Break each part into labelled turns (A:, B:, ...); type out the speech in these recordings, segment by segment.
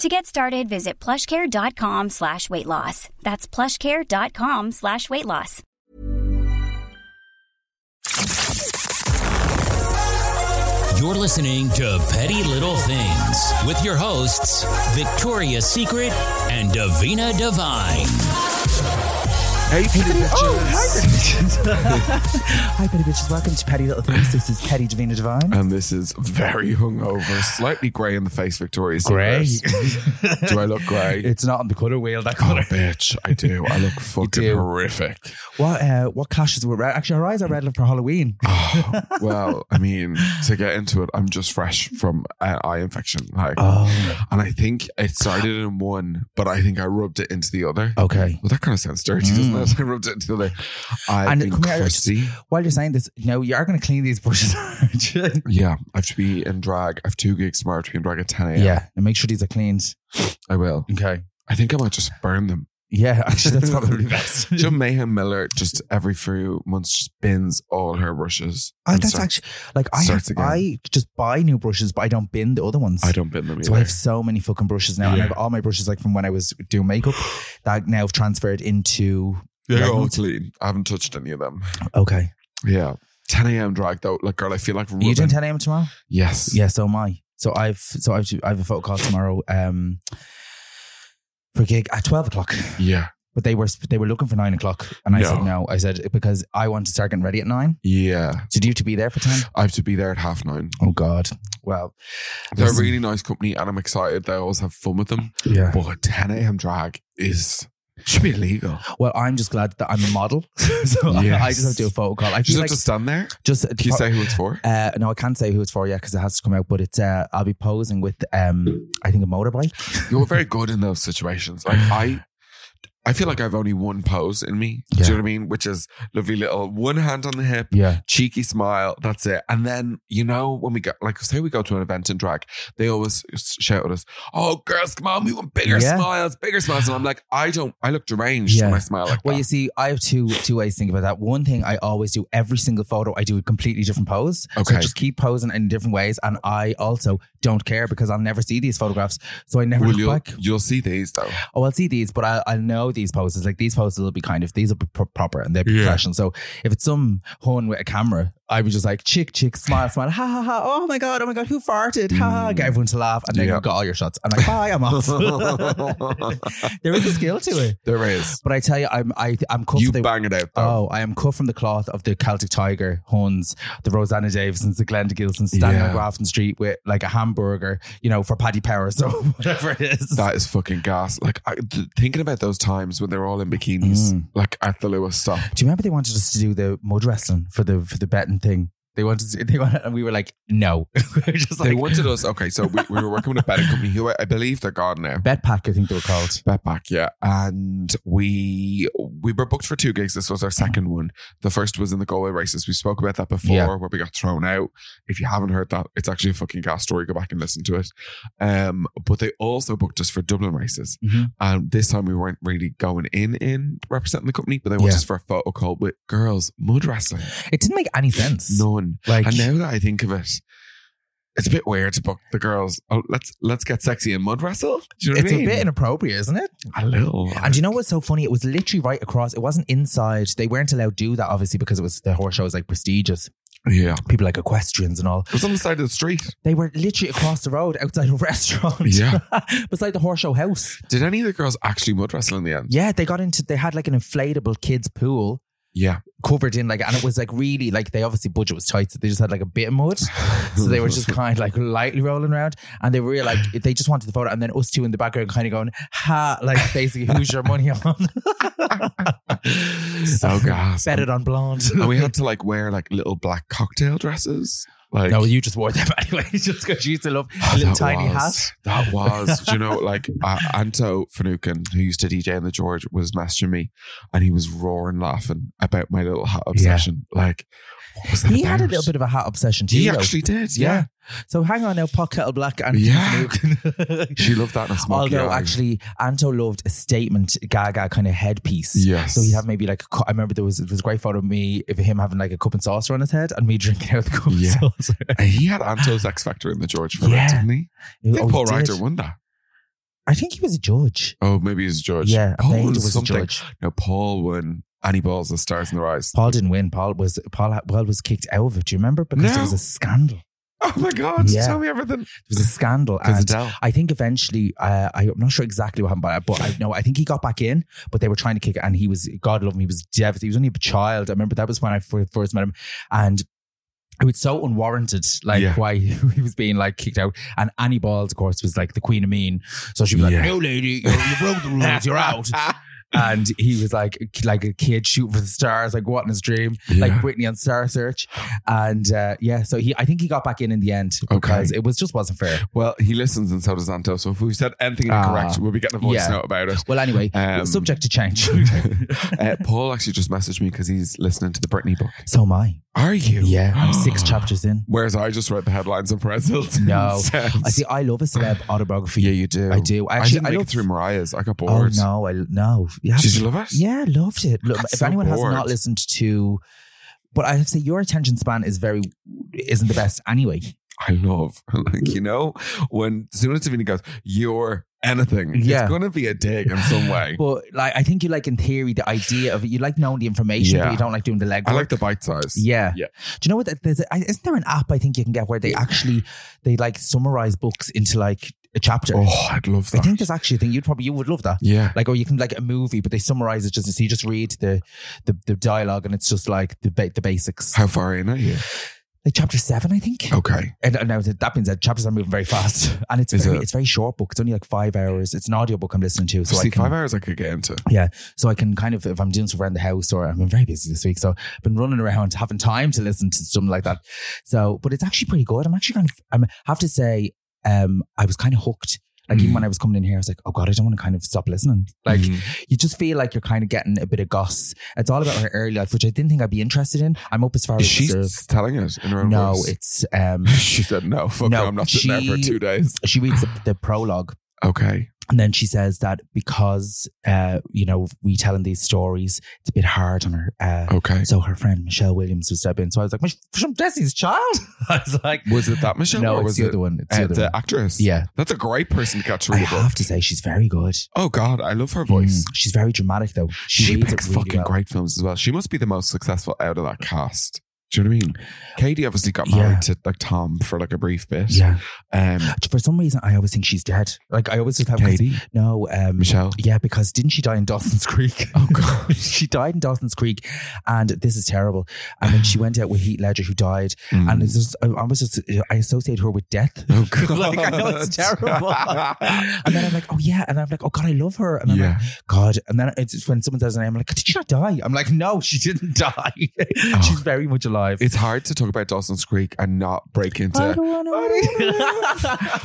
A: To get started, visit plushcare.com slash weight loss. That's plushcare.com slash weight loss.
B: You're listening to Petty Little Things with your hosts, Victoria's Secret and Davina Divine.
C: Hey, petty bitches.
D: Hi, Petty Bitches. Welcome to Petty Little Things. This is Petty Davina Divine.
C: And this is very hungover, slightly grey in the face, Victoria's
D: Grey?
C: Secret. do I look grey?
D: It's not on the colour wheel, that
C: Oh,
D: colour.
C: bitch, I do. I look fucking
D: do.
C: horrific.
D: What, uh, what clashes were red? Actually, our eyes are red for Halloween.
C: Oh, well, I mean, to get into it, I'm just fresh from uh, eye infection. Like,
D: Oh,
C: and I think it started in one, but I think I rubbed it into the other.
D: okay.
C: Well, that kind of sounds dirty,
D: Mm.
C: doesn't it? I rubbed it into the other. I've
D: And
C: been
D: come here,
C: crusty.
D: While you're saying this, no, you are going to clean these brushes, aren't you?
C: Yeah, I have to be in drag. I have two gigs tomorrow. I have to be in drag at 10 a.m.
D: And make sure these are cleaned.
C: I will.
D: Okay.
C: I think I might just burn them.
D: Yeah, actually, that's probably best.
C: Joe Mayhem Miller just every few months just bins all her brushes.
D: Oh,
C: and
D: that's
C: starts-
D: actually like I
C: starts
D: have,
C: again.
D: I just buy new brushes, but I don't bin the other ones.
C: I don't bin them either.
D: So I have so many fucking brushes now, and I have
C: Yeah.
D: all my brushes like from when I was doing makeup that now have transferred into.
C: They're all
D: Right.
C: clean. I haven't touched any of them.
D: Okay,
C: Yeah. 10 a.m. drag though. Like, girl, I feel like
D: Are you doing
C: rubbing-
D: 10 a.m. tomorrow?
C: Yes.
D: Yeah, so am I. So I've so I've I have a photo call tomorrow um, for gig at 12 o'clock,
C: Yeah.
D: but they were they were looking for nine o'clock, and I
C: No.
D: said no. I said because I want to start getting ready at nine.
C: Yeah.
D: So do you have to be there for ten?
C: I have to be there at half nine.
D: Oh God. Well,
C: They're a
D: listen,
C: really nice company and I'm excited. They always have fun with them.
D: yeah.
C: But 10 a.m. drag is should be illegal.
D: Well, I'm just glad that I'm a model, so I- I,
C: Yes.
D: just have to do a photo call. I
C: You just
D: feel like
C: have to stand there.
D: just
C: Can you say who it's for?
D: Uh, no, I can't say who it's for yet because it has to come out. But it's uh, I'll be posing with um, I think a motorbike.
C: You're very good in those situations. Like I, I feel like I've only one pose in me. Do
D: Yeah.
C: you know what I mean? Which is lovely little one hand on the hip,
D: Yeah,
C: cheeky smile. That's it. And then you know when we go, like say we go to an event in drag, they always shout at us, "Oh, girls, come on, we want bigger
D: Yeah.
C: smiles, bigger smiles." And I'm like, I don't. I look deranged
D: Yeah.
C: when I smile like
D: Well,
C: that.
D: you see, I have two two ways to think about that. One thing I always do every single photo, I do a completely different pose. So I
C: Okay.
D: just keep posing in different ways, and I also don't care because I'll never see these photographs, so I never
C: Will
D: look
C: you?
D: back.
C: You'll see these though.
D: Oh, I'll see these, but I'll, I'll know these poses. Like these poses will be kind of these will be pro- proper and they'll be
C: Yeah.
D: professional. So if it's some hun with a camera, I would just like chick chick smile smile ha ha ha. Oh my god, oh my god, who farted? Ha! ha. Get everyone to laugh, and then
C: Mm. Yeah.
D: you got all your shots. And like, bye, I'm off. there is a skill to it,
C: There is.
D: but I tell you, I'm I, I'm cuffed.
C: You
D: they-
C: bang it out
D: Oh,
C: though.
D: I am cut from the cloth of the Celtic Tiger, Huns, the Rosanna Davisons, the Glenda Gilsons, standing
C: Yeah.
D: on Grafton Street with like a hamburger, you know, for Paddy Power, so whatever it is.
C: That is fucking gas. Like I, th- thinking about those times when they were all in bikinis,
D: Mm.
C: like at the Lewis stop.
D: Do you remember they wanted us to do the mud wrestling for the for the betting thing? They wanted, to, they wanted, and we were like, no. We're just
C: they
D: like,
C: wanted us. Okay, so we, we were working with a betting company who I, I believe they're gone now.
D: Bet Pack, I think they were called.
C: Bet back, yeah. And we we were booked for two gigs. This was our second one. The first was in the Galway races. We spoke about that before,
D: Yeah.
C: where we got thrown out. If you haven't heard that, it's actually a fucking gas story. Go back and listen to it. Um, but they also booked us for Dublin races,
D: Mhm.
C: and this time we weren't really going in in representing the company, but they wanted
D: Yeah.
C: us for a photo call with girls mud wrestling.
D: It didn't make any sense.
C: None.
D: Like,
C: And now that I think of it, it's a bit weird to book the girls. Oh, let's let's get sexy and mud wrestle. Do you know
D: it's
C: what I
D: a
C: mean?
D: bit inappropriate, isn't it?
C: a little.
D: And you know what's so funny? It was literally right across. It wasn't inside. They weren't allowed to do that, obviously, because it was the horse show was like prestigious.
C: yeah,
D: People like equestrians and all.
C: it was on the side of the street.
D: They were literally across the road outside a restaurant.
C: Yeah.
D: beside the horse show house.
C: Did any of the girls actually mud wrestle in the end?
D: Yeah, they got into they had like an inflatable kids pool
C: Yeah,
D: covered in like and it was like really like they obviously budget was tight, so they just had like a bit of mud. So they were just kind of like lightly rolling around and they were like they just wanted the photo and then us two in the background kind of going, ha like basically who's your money on?
C: so gas.
D: Bet it on blonde.
C: And we had to like wear like little black cocktail dresses. Like
D: No, you just wore them anyway, just because you used to love
C: Oh,
D: a little
C: that
D: tiny
C: was-
D: hat.
C: That was, do you know, like uh, Anto Fanukin, who used to DJ in the George, was messaging me, and he was roaring laughing about my little hat obsession. Like, what was that
D: He had a
C: about?
D: little bit of a hat obsession too.
C: He
D: though.
C: actually did, yeah.
D: So hang on now, pot kettle black and
C: Yeah.
D: Fanuc.
C: She loved that in a smoky
D: Although
C: eye.
D: actually, Anto loved a statement Gaga kind of headpiece.
C: Yes.
D: So he'd have maybe like a cu- I remember there was there was a great photo of me of him having like a cup and saucer on his head and me drinking out the cup
C: Yeah.
D: and saucer.
C: And he had Anto's X Factor in the George for
D: Yeah.
C: that, didn't he? I
D: Oh,
C: think
D: he
C: Paul
D: did.
C: Ryder won that.
D: I think he was a judge.
C: Oh, maybe he's a judge.
D: Yeah, I
C: Paul
D: think he
C: was
D: was a
C: something.
D: judge.
C: No, Paul won Annie Balls, The Stars in Their Eyes.
D: Paul didn't win. Paul was Paul, Paul was kicked out of it. Do you remember? Because
C: No.
D: there was a scandal.
C: Oh my God,
D: Yeah.
C: tell me everything.
D: There was a scandal.
C: Because
D: and
C: Adele.
D: I think eventually, uh, I- I'm not sure exactly what happened, but I, but I know I think he got back in, but they were trying to kick it, and he was God love him, he was devastated. He was only a child. I remember that was when I fir- first met him, and. It was so unwarranted, like
C: Yeah.
D: why he was being like kicked out. And Annie Balls, of course, was like the queen of mean. So she was like,
C: Yeah.
D: "No, lady, you, you broke the rules. You're out." and he was like, like a kid shooting for the stars, like what in his dream, like
C: Yeah.
D: Whitney on Star Search. And uh, yeah, so he, I think he got back in in the end because it was just wasn't fair.
C: Well, he listens and so does Anto. So if we said anything incorrect,
D: Ah.
C: we'll be getting a voice
D: Yeah.
C: note about it.
D: Well, anyway,
C: Um,
D: subject to change.
C: uh, Paul actually just messaged me because he's listening to the Britney book.
D: so am I.
C: Are you?
D: Yeah, I'm six chapters in.
C: Whereas I just read the headlines and press Hilton.
D: No,
C: says-
D: I see. I love a celeb autobiography.
C: Yeah, you do.
D: I do.
C: I,
D: Actually,
C: didn't
D: I
C: make
D: love-
C: it through Mariah's. I got
D: Oh
C: bored.
D: no, I no. Yeah,
C: Did you love it?
D: Yeah, loved it. Look,
C: got
D: if
C: so
D: anyone has
C: bored.
D: not listened to, but I have to say your attention span is very isn't the best anyway.
C: I love. Like, you know, when as soon as Davina goes, you're anything,
D: Yeah.
C: it's going to be a dig in some way.
D: But like, I think you like in theory the idea of it. You like knowing the information,
C: Yeah.
D: but you don't like doing the legwork.
C: I like the bite size.
D: Yeah.
C: Yeah.
D: Do you know what? that- There's a, I- isn't there an app I think you can get where they actually they like summarize books into like a chapter?
C: Oh, I'd love that.
D: I think there's actually a thing you'd probably you would love that.
C: yeah.
D: Like, or you can like a movie, but they summarize it just so you just read the the, the dialogue and it's just like the ba- the basics.
C: How far in are you?
D: Like chapter seven, I think.
C: Okay.
D: And and now that that being said, chapters are moving very fast, and it's
C: Is
D: very,
C: it?
D: it's very short book. It's only like five hours. It's an audiobook I'm listening to, so
C: See,
D: I can
C: five hours I could get into.
D: yeah, so I can kind of if I'm doing stuff around the house or I'm very busy this week, so I've been running around having time to listen to something like that. So, but it's actually pretty good. I'm actually kind of I'm, I have to say um I was kind of hooked. Like even
C: Mhm.
D: when I was coming in here, I was like, oh god, I don't want to kind of stop listening. Like
C: Mhm.
D: you just feel like you're kind of getting a bit of goss. It's all about her early life, which I didn't think I'd be interested in. I'm up as far as
C: Is she
D: Reserve.
C: s- telling it in her own
D: No,
C: voice?
D: it's um
C: she said, no, fuck
D: No,
C: no, I'm not sitting there for
D: she-
C: two days.
D: she reads the, the prologue
C: Okay.
D: And then she says that because uh, you know we telling these stories, it's a bit hard on her. Uh,
C: Okay.
D: So her friend Michelle Williams was stepping in. So I was like, "Mich- from Desi's child. I was like,
C: Was it that Michelle?
D: no,
C: or
D: it's
C: was
D: the
C: it
D: other one. It's
C: uh,
D: the other
C: the
D: one.
C: actress?
D: Yeah,
C: That's a great person to catch
D: I
C: through a book.
D: have to say she's very good.
C: Oh God, I love her voice.
D: Mm, she's very dramatic though. She,
C: She
D: reads it
C: picks
D: really
C: fucking
D: well.
C: great films as well. She must be the most successful out of that cast. Do you know what I mean? Katie obviously got married
D: Yeah.
C: to like Tom for like a brief bit.
D: Yeah.
C: Um,
D: For some reason, I always think she's dead. Like I always just have 'cause-
C: Katie,
D: no um,
C: Michelle.
D: Yeah, because didn't she die in Dawson's Creek? Oh god, she died in Dawson's Creek, and this is terrible. And then she went out with Heath Ledger, who died,
C: Mm.
D: and it's just I, I was just I associate her with death.
C: oh God,
D: like I know it's terrible. and then I'm like, oh yeah, and I'm like, oh god, I love her, and I'm
C: yeah,
D: like, God. And then Oh. it's just when someone says her name, I'm like, did she not die? I'm like, no, she didn't die. She's very much alive.
C: It's hard to talk about Dawson's Creek and not break
D: I
C: into
D: don't wanna-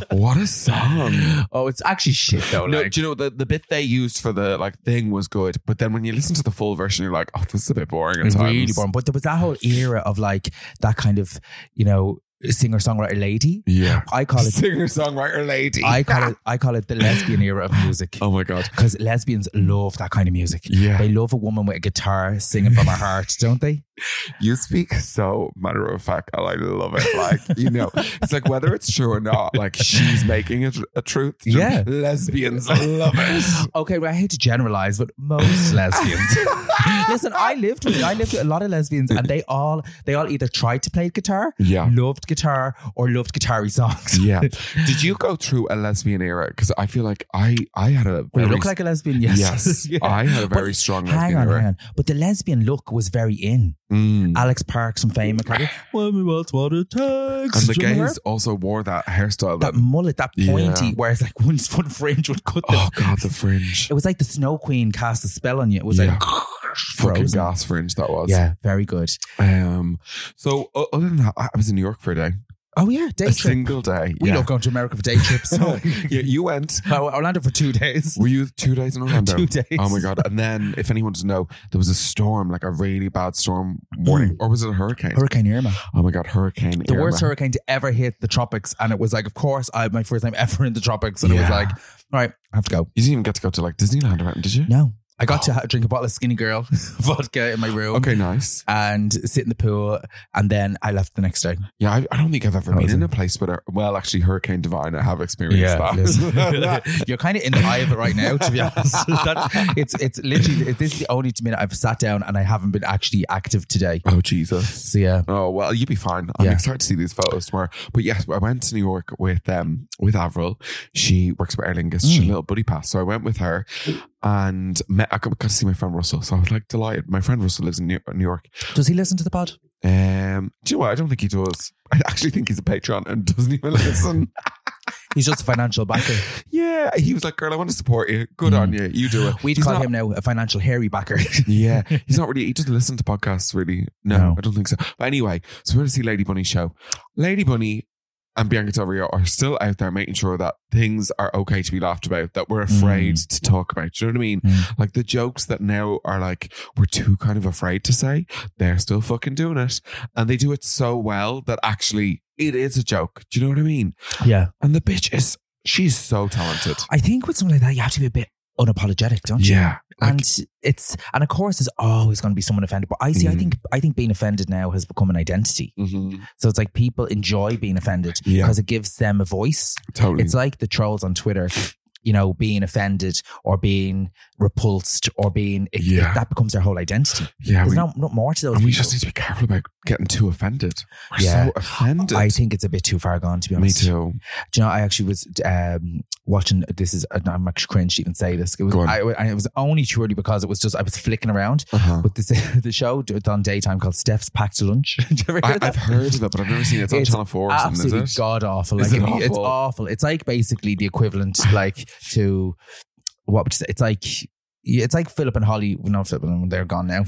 C: what a song.
D: oh, it's actually shit though.
C: No,
D: like,
C: do you know the, the bit they used for the like thing was good, but then when you listen to the full version, you're like, oh, this is a bit boring. At
D: It's
C: times.
D: really boring. But there was that whole era of like that kind of, you know, singer songwriter lady.
C: Yeah,
D: I call it.
C: singer songwriter lady.
D: I call it. I call it the lesbian era of music.
C: oh my god.
D: Because lesbians love that kind of music.
C: Yeah.
D: They love a woman with a guitar singing from her heart, don't they?
C: You speak so matter of fact, and I love it. Like, you know, it's like whether it's true or not, like she's making it a truth.
D: Yeah.
C: Lesbians love it.
D: Okay, well, I hate to generalize, but most lesbians. Listen, I lived with I lived with a lot of lesbians, and they all they all either tried to play guitar,
C: Yeah.
D: loved guitar, or loved guitar songs.
C: Yeah. Did you go through a lesbian era? Because I feel like I I had a
D: We
C: very-
D: look like a lesbian, yes.
C: Yes.
D: Yeah.
C: I had a
D: But
C: very strong
D: Hang
C: lesbian
D: on,
C: era.
D: hang on. But the lesbian look was very in.
C: Mm.
D: Alex Parks from Fame McCarthy. Well, we want what it takes.
C: And the
D: Do you remember
C: gays also wore that hairstyle.
D: That
C: That,
D: mullet, that pointy,
C: Yeah.
D: where it's like one one fringe would cut them.
C: oh god, the fringe.
D: It was like the Snow Queen cast a spell on you. It was
C: Yeah.
D: like
C: Fucking
D: frozen.
C: gas fringe that was.
D: Yeah, very good.
C: Um. So o- other than that, I I was in New York for a day,
D: Oh yeah, day
C: a
D: trip.
C: single day.
D: we
C: yeah.
D: love going to America for day trips. So.
C: yeah, you went.
D: Oh, Orlando for two days.
C: Were you two days in Orlando?
D: Two days.
C: Oh my god! And then, if anyone doesn't know, there was a storm, like a really bad storm warning, or was it a hurricane?
D: Hurricane Irma,
C: oh my god, hurricane!
D: Hmm. the worst
C: Irma.
D: hurricane to ever hit the tropics, and it was like, of course, I my first time ever in the tropics, and it was
C: Yeah.
D: like, all right, I have to go.
C: You didn't even get to go to like Disneyland or anything, did you?
D: No, I got to ha- drink a bottle of Skinny Girl vodka in my room.
C: Okay, nice.
D: And sit in the pool, and then I left the next day.
C: Yeah, I, I don't think I've ever
D: That
C: been
D: was
C: in
D: it.
C: a place with a well, actually, Hurricane Divine. I have experienced that.
D: listen. you're kind of in the eye of it right now. To be honest, That- it's it's literally this is the only minute I've sat down and I haven't been actually active today.
C: oh Jesus.
D: So yeah,
C: Oh well, you'll be fine. I'm
D: Yeah.
C: excited to see these photos tomorrow. But yes, I went to New York with um with Avril. She works for Aer Lingus. She's a
D: Mm.
C: little buddy pass. So I went with her and met. I got got to see my friend Russell. So I was like delighted. My friend Russell lives in New, New York.
D: does he listen to the pod?
C: Um, do you know what? I don't think he does. I actually think he's a patron and doesn't even listen.
D: He's just a financial backer.
C: yeah, he was like, "Girl, I want to support you. Good on you. You do it."
D: Mm. We'd
C: He's
D: call
C: not-
D: him now a financial hairy backer.
C: Yeah, he's not really. He doesn't listen to podcasts, really. No,
D: No.
C: I don't think so. But anyway, so we went to see Lady Bunny's show. Lady Bunny and Bianca Del Rio are still out there making sure that things are okay to be laughed about, that we're afraid to talk about. Do you know what I mean?
D: Mm.
C: Like the jokes that now are like we're too kind of afraid to say. They're still fucking doing it, and they do it so well that actually it is a joke. Do you know what I mean?
D: yeah.
C: And the bitch is she's so talented.
D: I think with something like that, you have to be a bit unapologetic, don't you?
C: Yeah, like,
D: and it's and of course there's always going to be someone offended. But I see, I
C: Mhm.
D: think I think being offended now has become an identity.
C: mhm.
D: So it's like people enjoy being offended
C: Yeah.
D: because it gives them a voice.
C: totally.
D: It's like the trolls on Twitter, you know, being offended or being repulsed or being it,
C: Yeah.
D: it- that becomes their whole identity.
C: yeah,
D: There's
C: we-
D: not, not more to those.
C: And we
D: people.
C: just need to be careful about getting too offended. We're
D: Yeah.
C: so offended.
D: I think it's a bit too far gone, to be
C: Me
D: honest.
C: too.
D: Do you know, I actually was um, watching. This is I'm actually cringe to even say this. It was,
C: Go on.
D: I, I- it was only truly because it was just I was flicking around.
C: Uh-huh.
D: But this the show d- on daytime called Steph's Packed Lunch. Did you ever hear
C: I,
D: that?
C: I've heard of it, but I've never seen it. It's on
D: It's
C: Channel 4 or something,
D: Absolutely
C: is it?
D: god awful. Like
C: Is it
D: if you- it's
C: awful?
D: awful. It's like basically the equivalent, like to what would you say? It's like yeah, it's like Philip and Holly. well, Not Philip and Holly, they're gone now.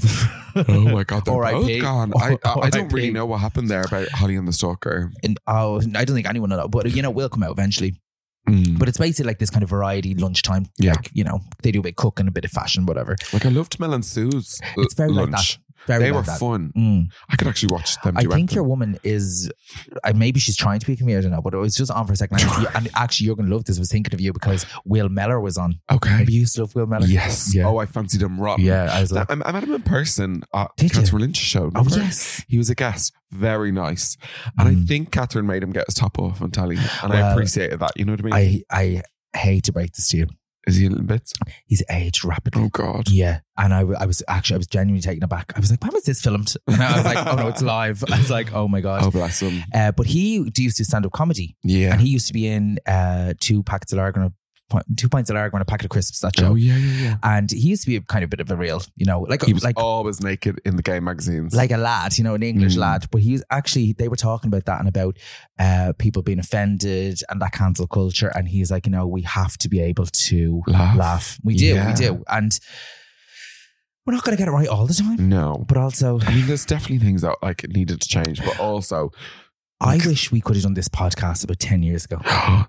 C: Oh my God, they're
D: R.I.P..
C: both gone. I, I, I don't really
D: R.I.P..
C: know what happened there about Holly and the Stalker.
D: And, oh, I don't think anyone will know, but you know, it will come out eventually.
C: Mm.
D: But it's basically like this kind of variety lunchtime.
C: Yeah.
D: Like, you know, they do a bit of cooking, a bit of fashion, whatever.
C: Like, I loved Mel and Sue's l-
D: It's very like
C: lunch.
D: that. Very
C: they
D: like
C: were
D: that.
C: fun.
D: Mm.
C: I could actually watch them
D: I
C: do
D: think
C: anything.
D: your woman is, I, maybe she's trying to be a comedian, I don't know, but it was just on for a second. And, you- and actually, you're going to love this. I was thinking of you because Will Meller was on.
C: Okay.
D: Maybe you used to love Will Meller?
C: Yes.
D: Yeah.
C: Oh, I fancied him rotten.
D: yeah, I was like,
C: I, I met him in person at
D: Did you?
C: Catherine Lynch's show.
D: oh,
C: remember?
D: yes.
C: He was a guest. Very nice. And I
D: Mm.
C: think Catherine made him get his top off on telly. And I
D: Well,
C: appreciated that. You know what I mean?
D: I, I hate to break this to you.
C: Is he in little bits?
D: He's aged rapidly.
C: Oh, God.
D: Yeah. And I, w- I was actually, I was genuinely taken aback. I was like, when was this filmed? And I was like, oh no, it's live. I was like, oh my God.
C: Oh, bless him.
D: Uh, but he used to stand up comedy.
C: Yeah.
D: And he used to be in uh, two packets of lager and a point, two pints of lager and a packet of crisps that show.
C: oh, yeah, yeah, yeah.
D: And he used to be a kind of bit of a real, you know, like
C: He was
D: like
C: always naked in the gay magazines.
D: like a lad, you know, an English
C: Mm.
D: lad. But he was actually they were talking about that and about uh, people being offended and that cancel culture. And he's like, you know, we have to be able to
C: Laugh.
D: laugh. We do,
C: Yeah. Mm.
D: we do. And we're not going to get it right all the time.
C: No.
D: But also,
C: I mean, there's definitely things that like needed to change, but also
D: I wish we could have done this podcast about 10 years ago.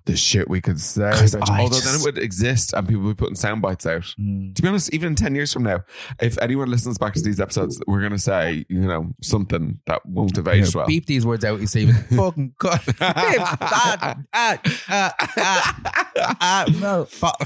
C: the shit we could say.
D: 'Cause
C: which-
D: I
C: although then
D: just-
C: it would exist and people would be putting sound bites out.
D: Mm.
C: To be honest, even in 10 years from now, if anyone listens back to these episodes, we're going to say, you know, something that won't have aged well.
D: Beep these words out, you see. Fucking cut. Beep. Ah, ah, ah, ah, ah, no. Fuck.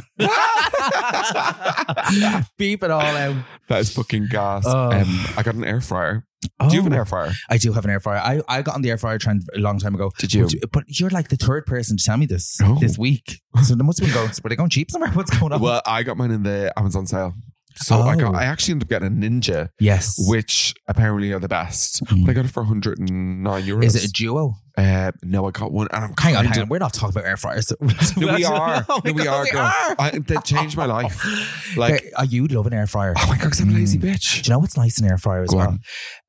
D: Beep it all out.
C: That is fucking gas.
D: Oh.
C: Um, I got an air fryer. Do you have an
D: Oh.
C: air fryer?
D: I do have an air fryer. I, I got on the air fryer trend a long time ago.
C: Did you?
D: But, but you're like the third person to tell me this
C: Oh.
D: this week. So they must have been going, were they going cheap somewhere? What's going on?
C: Well, I got mine in the Amazon sale. So I got,
D: Oh.
C: I actually ended up getting a Ninja,
D: yes.
C: which apparently are the best.
D: Mm.
C: But I got it for 109 euros.
D: Is it a duo?
C: Uh, no, I got one, and I'm
D: Hang on,
C: kinda-
D: hang on. We're not talking about air fryers.
C: No, we are.
D: Oh my
C: no, we
D: God,
C: are.
D: we
C: girl.
D: are.
C: I, that changed my life. Like,
D: Like, are you love an air fryer?
C: oh my god, 'cause I'm a lazy
D: Do
C: bitch.
D: you know what's nice in air fryer as
C: Go
D: well?
C: on.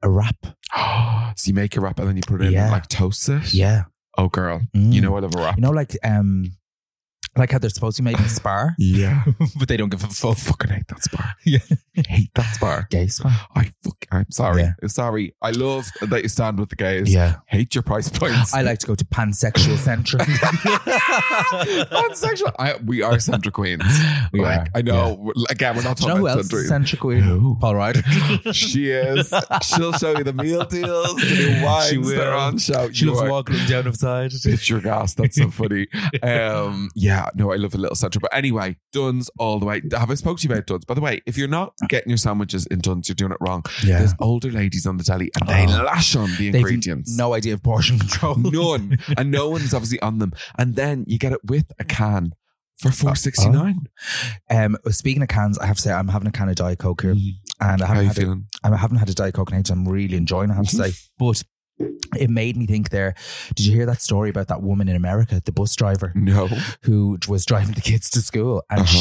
D: A wrap.
C: so you make a wrap and then you put it in
D: Yeah.
C: like toast it.
D: Yeah.
C: Oh girl,
D: Mm.
C: you know I love a wrap.
D: You know, like um, like how they're supposed to be made in Spar,
C: yeah,
D: but they don't give a
C: I
D: fuck.
C: fucking hate that spar.
D: Yeah.
C: hate that spar.
D: Gay Spar.
C: I fuck. I'm sorry.
D: Yeah.
C: Sorry. I love that you stand with the gays.
D: Yeah.
C: Hate your price points.
D: I like to go to pansexual centre.
C: pansexual. I, we are Sandra Queens.
D: We
C: like,
D: are,
C: I know. we're- Again, we're not
D: Do you know
C: talking
D: who
C: about
D: else is
C: Sandra.
D: centric queen?
C: Who?
D: Paul Ryder.
C: She is. She'll show you the meal deals, the new wines
D: She
C: that are
D: will.
C: on show.
D: She
C: You
D: loves
C: are-
D: walking down outside.
C: It's your gas. That's so funny. Um, yeah, no, I love a little centre. But anyway, Duns all the way. Have I spoke to you about Duns? By the way, if you're not getting your sandwiches in Duns, you're doing it wrong.
D: Yeah.
C: There's older ladies on the telly and they
D: Oh.
C: lash on the
D: They've
C: ingredients.
D: no idea of portion control.
C: None. and no one's obviously on them. And then you get it with a can for
D: Uh, oh.
C: four sixty nine.
D: Um, speaking of cans, I have to say I'm having a can of Diet Coke here, and I
C: Mm-hmm. How
D: haven't
C: you
D: had a
C: feeling? Mm-hmm.
D: I haven't had a Diet Coke in ages. I'm really enjoying it, I have to say. But it made me think there. Did you hear that story about that woman in America, the bus driver?
C: No.
D: Who was driving the kids to school, and
C: Mm. Uh-huh.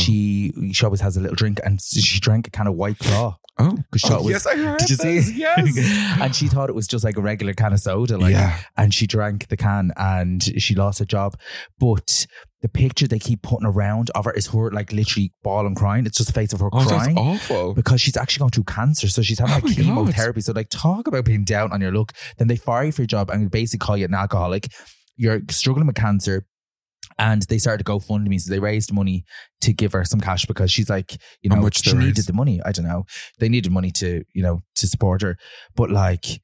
D: she she always has a little drink, and she drank a can of White Claw.
C: Oh,
D: Good shot
C: Oh,
D: was-
C: yes, I heard.
D: Did you see?
C: this. Yes.
D: and she thought it was just like a regular can of soda, like,
C: Yeah.
D: and she drank the can and she lost her job. But the picture they keep putting around of her is her like literally bawling, crying. It's just the face of her
C: Oh, that's
D: crying
C: awful.
D: because she's actually going through cancer. So she's having
C: Oh
D: like
C: my God.
D: chemotherapy. So like talk about being down on your luck. Then they fire you for your job and basically call you an alcoholic. You're struggling with cancer. And they started to GoFundMe. So they raised money to give her some cash because she's like, you
C: How
D: know,
C: much
D: she
C: they
D: needed
C: raised?
D: the money. I don't know. They needed money to, you know, to support her. But like,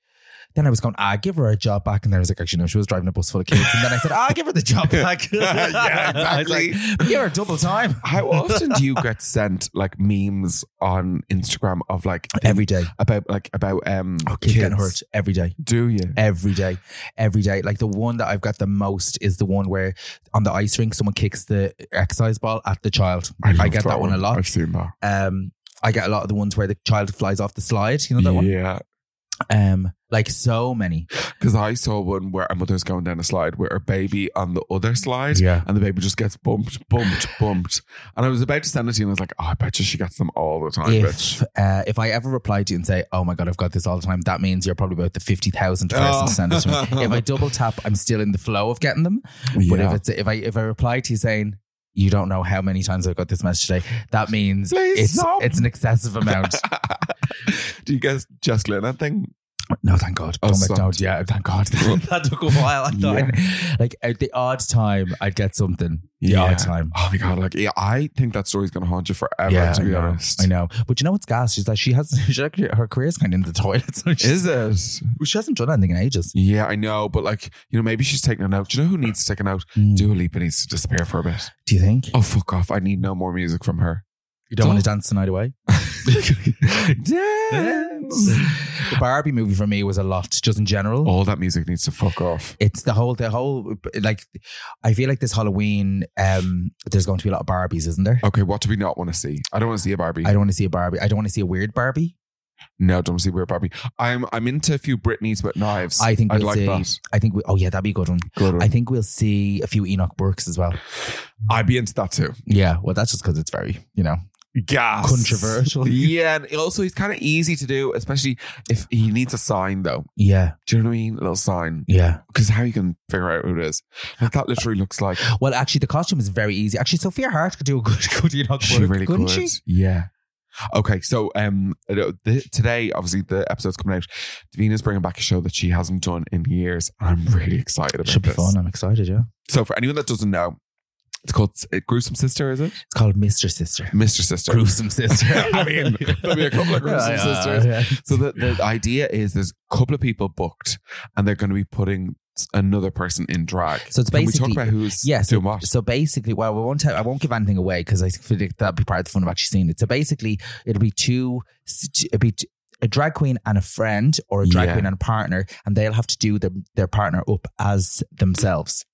D: then I was going, ah, give her a job back. And then I was like, actually, no, she was driving a bus full of kids. And then I said, ah, give her the job back.
C: Yeah,
D: I was like, give her double time.
C: How often do you get sent like memes on Instagram of like things
D: Every day.
C: about like about um
D: Oh, kids getting hurt every day.
C: Do you?
D: every day, every day. Like the one that I've got the most is the one where on the ice rink someone kicks the exercise ball at the child. I,
C: love
D: get that, one. a lot.
C: I've seen that.
D: Um, I get a lot of the ones where the child flies off the slide. You know that one?
C: yeah,
D: Um, like so many.
C: because I saw one where a mother's going down a slide with her baby on the other slide,
D: Yeah.
C: and the baby just gets bumped, bumped, bumped. And I was about to send it to you, and I was like, "Oh, I bet you she gets them all the time, bitch."
D: If uh, if I ever reply to you and say, "Oh my god, I've got this all the time," that means you're probably about the fifty thousandth person
C: Oh.
D: to send it to me. If I double tap, I'm still in the flow of getting them. But if it's if I if I reply to you saying you don't know how many times I've got this message today, that means
C: Please
D: it's
C: stop.
D: it's an excessive amount.
C: do you guys just learn that thing?
D: No, thank God.
C: Oh,
D: Don't make-
C: stop.
D: don't- yeah, thank God. that took a while. I
C: Yeah.
D: thought, like at the odd time, I'd get something. The
C: Yeah.
D: odd time.
C: Oh my god! Like, yeah, I think that story's gonna haunt you forever. to
D: I
C: be
D: know.
C: honest,
D: I know. But you know what's gas? Is that she has she actually, her career's kind of in the toilet. So she's-
C: Is it?
D: she hasn't done anything in ages.
C: Yeah, I know, but like, you know, maybe she's taking a note. Do you know who needs to take a note? Dua Lipa needs to disappear for a bit.
D: Do you think?
C: Mm. Oh, fuck off. I need no more music from her.
D: you don't want to
C: don't-
D: dance the night away?
C: Dance!
D: the Barbie movie for me was a lot, just in general.
C: All that music needs to fuck off.
D: It's the whole, the whole, like, I feel like this Halloween, um, there's going to be a lot of Barbies, isn't there?
C: Okay, what do we not want to see? I don't want to see a Barbie.
D: I don't want to see a Barbie. I don't want to see a weird Barbie.
C: no, don't see weird Barbie. I'm I'm into a few Britneys with knives.
D: I think
C: I'd
D: we'll
C: like
D: see.
C: that.
D: I think we, oh yeah, that'd be a good one.
C: Good one.
D: I think we'll see a few Enoch Burks as well.
C: I'd be into that too.
D: Yeah, well, that's just because it's very, you know,
C: Gas.
D: Controversial.
C: Yeah, and also he's kind of easy to do, especially if he needs a sign though.
D: yeah,
C: Do you know what I mean? A little sign.
D: yeah.
C: Because how you can figure out who it is. Like that literally looks like
D: Well, actually, the costume is very easy. Actually, Sophia Hart could do a good, good Enoch Burke,
C: She really
D: couldn't
C: could.
D: she?
C: Yeah. Okay, so um, the, today obviously the episode's coming out. Davina's bringing back a show that she hasn't done in years. I'm really excited about
D: Should be
C: this.
D: fun. I'm excited. Yeah,
C: So for anyone that doesn't know, it's called uh, Gruesome Sister, is it?
D: it's called Mister Sister.
C: Mr. Sister.
D: Gruesome sister.
C: I mean, there'll be a couple of gruesome
D: Yeah,
C: sisters.
D: yeah.
C: So the, the idea is there's a couple of people booked and they're going to be putting s- another person in drag.
D: So it's
C: Can we talk
D: basically-
C: about who's
D: Yeah, so,
C: doing what?
D: so basically, well, we won't tell, I won't give anything away because I think that'd be part of the fun of actually seeing it. So basically, it'll be two, it'll be t- a drag queen and a friend, or a drag
C: Yeah.
D: queen and a partner, and they'll have to do their, their partner up as themselves.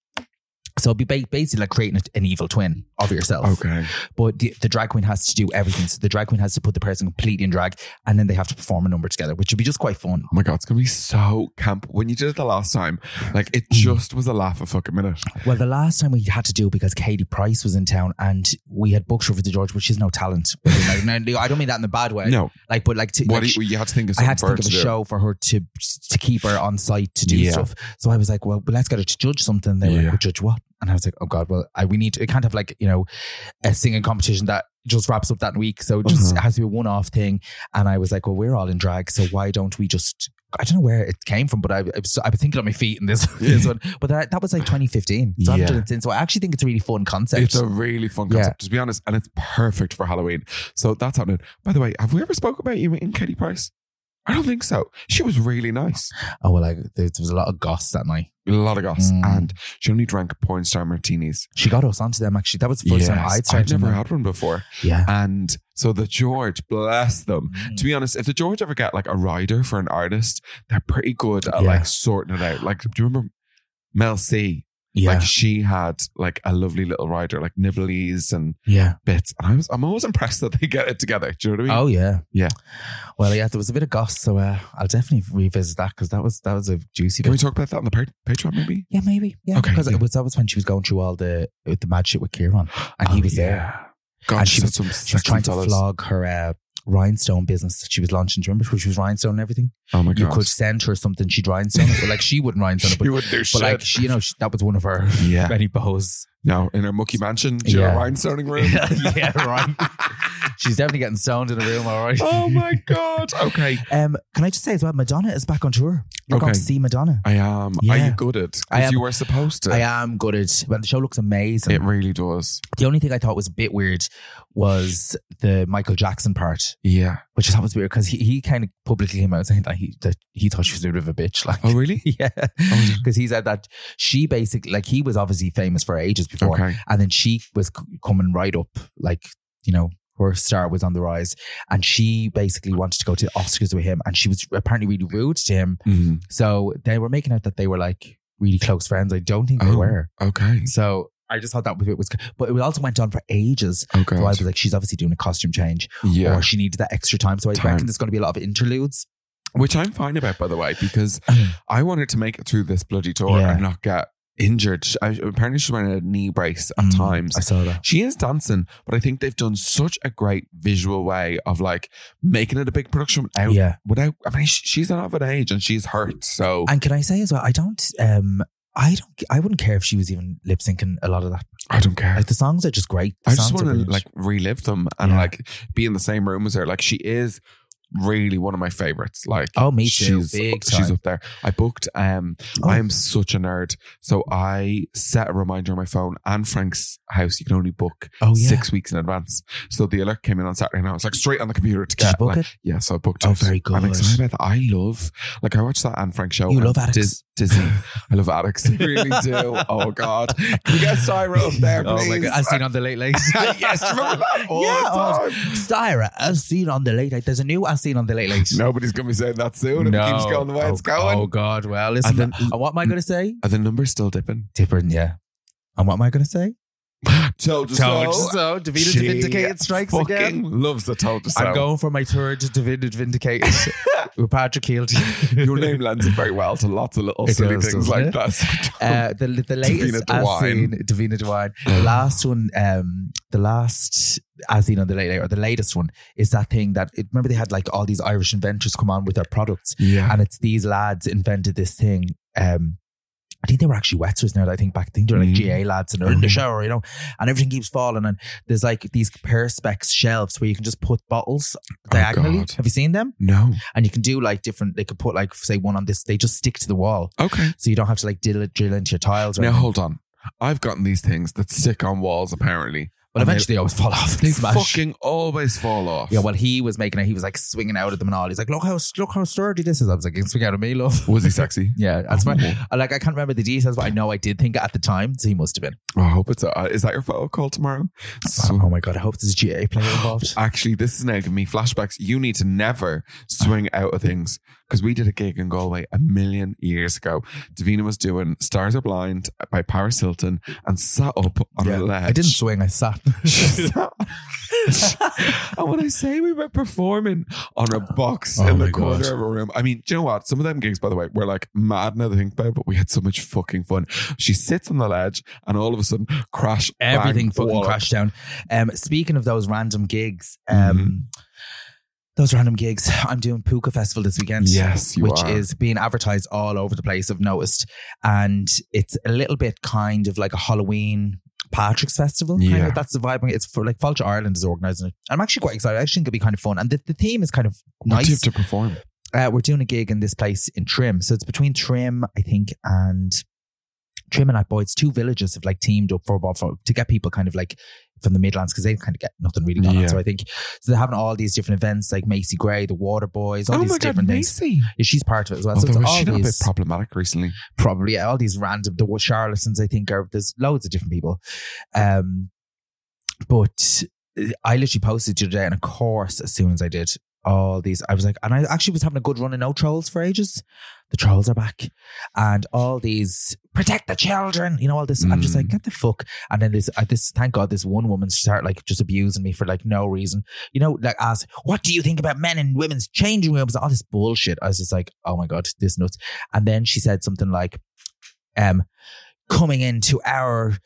D: So it'll be ba- basically like creating a- an evil twin of yourself.
C: okay.
D: But the, the drag queen has to do everything. So the drag queen has to put the person completely in drag, and then they have to perform a number together, which would be just quite fun.
C: Oh my God, it's going to be so camp. When you did it the last time, like it
D: Mm.
C: just was a laugh a fucking minute.
D: Well, the last time we had to do it because Katie Price was in town and we had booked her for the George, which is no talent. Like, no, I don't mean that in a bad way.
C: No.
D: like, but like, to,
C: What
D: like,
C: do you, you had to think of
D: I
C: something
D: had to think
C: for
D: of a
C: her do.
D: show for her to to keep her on site to do
C: Yeah.
D: stuff. So I was like, well, let's get her to judge something. They were like,
C: Yeah.
D: well, judge what? And I was like, oh god, well, I, we need. To, it can't have like you know a singing competition that just wraps up that week. So it just
C: Uh-huh.
D: has to be a one-off thing. And I was like, well, we're all in drag, so why don't we just? I don't know where it came from, but I, I was, I've been thinking on my feet in this, this one. But that, that was like 2015. So I haven't
C: Yeah.
D: done it since. So I actually think it's a really fun concept.
C: It's a really fun
D: Yeah.
C: concept, to be honest, and it's perfect for Halloween. So that's happening. By the way, have we ever spoke about you in Katie Price? I don't think so. She was really nice.
D: oh well, like there, there was a lot of goss that night.
C: A lot of goss,
D: Mm.
C: and she only drank porn star martinis.
D: She got us onto them actually. That was the first time I'd
C: I've
D: started.
C: never
D: them.
C: had Mm. one before.
D: Yeah.
C: And so the George, bless them.
D: Mm.
C: To be honest, if the George ever get like a rider for an artist, they're pretty good at
D: Yeah.
C: like sorting it out. Like, do you remember Mel C?
D: Yeah.
C: Like she had like a lovely little rider, like nibblies and
D: yeah.
C: bits. And I was, I'm always impressed that they get it together. Do you know what I mean?
D: Oh yeah,
C: Yeah.
D: Well, yeah, there was a bit of goss, so uh, I'll definitely revisit that because that was that was a juicy.
C: Can we
D: Bit.
C: talk about that on the pa- Patreon, maybe?
D: yeah, maybe. Yeah,
C: Okay,
D: because
C: yeah.
D: it was that was when she was going through all the with the mad shit with Kieran, and he
C: Oh,
D: was there.
C: yeah. God,
D: And
C: she,
D: she
C: had
D: was-
C: some
D: She was
C: sexy
D: trying to
C: fellas.
D: flog her uh, rhinestone business that she was launching. Do you remember? Which was rhinestone and everything.
C: Oh my
D: You
C: god,
D: could send her something. She'd rhinestone it, but like she wouldn't rhinestone it. But,
C: you would do
D: but
C: shit.
D: like she, you know, she, that was one of her
C: yeah,
D: many bows.
C: No, in her mucky mansion, do you know,
D: Yeah.
C: rhinestoning room.
D: yeah, right. She's definitely getting stoned in a room. All right.
C: oh my god. Okay,
D: Um, can I just say as well, Madonna is back on tour. We're going
C: Okay.
D: to see Madonna.
C: I am. Are
D: Yeah.
C: you good at?
D: I
C: If
D: am-
C: you were supposed to.
D: I am gutted, but the show looks amazing.
C: It really does.
D: the only thing I thought was a bit weird was the Michael Jackson part,
C: Yeah.
D: which I thought was weird because he, he kind of publicly came out saying that he that he thought she was a bit of a bitch. Like,
C: Oh really?
D: yeah,
C: Oh, yeah.
D: because he said that she basically like he was obviously famous for ages before,
C: Okay.
D: and then she was c- coming right up, like you know. Her star was on the rise, and she basically wanted to go to the Oscars with him, and she was apparently really rude to him.
C: Mhm.
D: So they were making out that they were like really close friends. I don't think they
C: Oh.
D: were.
C: Okay.
D: So I just thought that was- it was, but it also went on for ages.
C: Oh
D: So I
C: god.
D: was like, she's obviously doing a costume change,
C: Yeah.
D: or she needed that extra time. So I
C: Time.
D: reckon there's going to be a lot of interludes.
C: Which I'm fine about, by the way, because I wanted to make it through this bloody tour
D: Yeah.
C: and not get injured. I, apparently, she's wearing a knee brace at
D: Mm,
C: times.
D: I saw that.
C: She is dancing, but I think they've done such a great visual way of like making it a big production without.
D: Yeah.
C: Without, I mean, sh- she's not of an age and she's hurt. So
D: And can I say as well? I don't. um I don't. I wouldn't care if she was even lip syncing a lot of that.
C: I don't care.
D: Like the songs are just great. The
C: I just
D: songs are
C: want to
D: brilliant.
C: like relive them and
D: Yeah.
C: like be in the same room as her. Like she is really one of my favorites. Like
D: Oh, me too.
C: she's
D: Big
C: she's
D: time.
C: up there. I booked. Um,
D: Oh.
C: I am such a nerd, so I set a reminder on my phone. And Frank's house, you can only book
D: oh yeah.
C: six weeks in advance. So the alert came in on Saturday, and I was like straight on the computer to
D: Did
C: get.
D: you book
C: like,
D: it?
C: Yeah, so I booked.
D: Oh,
C: it.
D: very good.
C: I'm excited about that. I love like I watched that Anne Frank show.
D: You
C: and
D: love Addicts.
C: Dis- Disney. I love addicts. I really do. Oh God, can we get Syra up there,
D: Oh
C: please?
D: my god! I've seen on the late late.
C: yes, do you remember that? All
D: yeah,
C: the
D: oh,
C: time.
D: Styra, I've seen on the late late. There's a new I've seen on the late late.
C: Nobody's going to be saying that soon if it keeps going the way
D: oh,
C: it's going.
D: Oh God! Well, listen.
C: then-
D: And, what am I going to say?
C: Are the numbers still dipping?
D: Tipper, yeah. And what am I going to say?
C: Told you so.
D: so. Davina
C: She
D: Vindicated strikes
C: fucking
D: again.
C: loves the told you so.
D: I'm going for my third Davina Vindicated with Patrick Keelty.
C: Your name lends it very well to lots of little
D: It
C: silly
D: does,
C: things
D: doesn't it?
C: like that.
D: Uh, the the latest
C: Davina
D: I've
C: Dewine.
D: seen Davina Dewine. The last one, um, the last I've seen on the late Late, or the latest one is that thing that it, remember they had like all these Irish inventors come on with their products,
C: yeah.
D: and it's these lads invented this thing. Um, I think they were actually wetsuits now that I think back. I think they were like
C: Mhm.
D: GA lads and they're in the shower, you know, and everything keeps falling. And there's like these perspex shelves where you can just put bottles diagonally.
C: Oh, God.
D: Have you seen them?
C: No.
D: And you can do like different, they could put like, say, one on this, they just stick to the wall.
C: Okay.
D: So you don't have to like drill, drill into your tiles. Or
C: Now
D: anything.
C: hold on. I've gotten these things that stick on walls apparently.
D: Well,
C: And
D: eventually they always fall off.
C: they,
D: They
C: they
D: smash.
C: fucking always fall off.
D: yeah, well, he was making it. He was like swinging out at them and all. He's like, look how look how sturdy this is. I was like, you can swing out at me, love.
C: was he sexy?
D: Yeah, that's fine.
C: Oh.
D: I, like I can't remember the details, but I know I did think it at the time. So he must have been.
C: I hope it's. A, uh, is that your photo call tomorrow? So-
D: oh my god! I hope there's a GA player involved.
C: Actually, this is now giving me flashbacks. You need to never swing out of things because we did a gig in Galway a million years ago. Davina was doing "Stars Are Blind" by Paris Hilton and sat up on a ledge.
D: I didn't swing. I sat.
C: and when I say we were performing on a box
D: Oh
C: in the
D: my
C: corner
D: God.
C: of a room, I mean, do you know what? Some of them gigs, by the way, were like mad now to think about, it, but we had so much fucking fun. She sits on the ledge and all of a sudden, crash, bang,
D: Everything fucking
C: wallop.
D: crashed down. Um, speaking of those random gigs, um, those random gigs, I'm doing Puka Festival this weekend.
C: Yes, you
D: which
C: are.
D: is being advertised all over the place. I've noticed, and it's a little bit kind of like a Halloween. Patrick's Festival, kind
C: Yeah.
D: of. That's the vibe. It's for like Vulture Ireland is organising it. I'm actually quite excited. I actually think it'll be kind of fun, and the, the theme is kind of
C: What do you
D: nice.
C: have to perform?
D: uh, we're doing a gig in this place in Trim. So it's between Trim, I think, and Trim and Atboy. It's two villages have like teamed up for, for to get people kind of like from the Midlands because they kind of get nothing really going
C: Yeah.
D: on. So I think so they're having all these different events like Macy Gray, the Water Boys, all
C: oh
D: these
C: my god,
D: different things.
C: Macy!
D: Yeah, she's part of it as well.
C: Although
D: so
C: was
D: it's
C: she
D: all
C: not a bit
D: these,
C: problematic recently?
D: probably yeah, all these random the charlatans. I think are there's loads of different people, um, but uh, I literally posted to today, and of course, as soon as I did all these, I was like, and I actually was having a good run of no trolls for ages. The trolls are back, and all these protect the children, you know, all this. I'm just like, get the fuck. And then this, uh, this, thank God, this one woman started like just abusing me for like no reason, you know, like ask, what do you think about men and women's changing rooms? All this bullshit. I was just like, oh my god, this nuts. And then she said something like, um, coming into our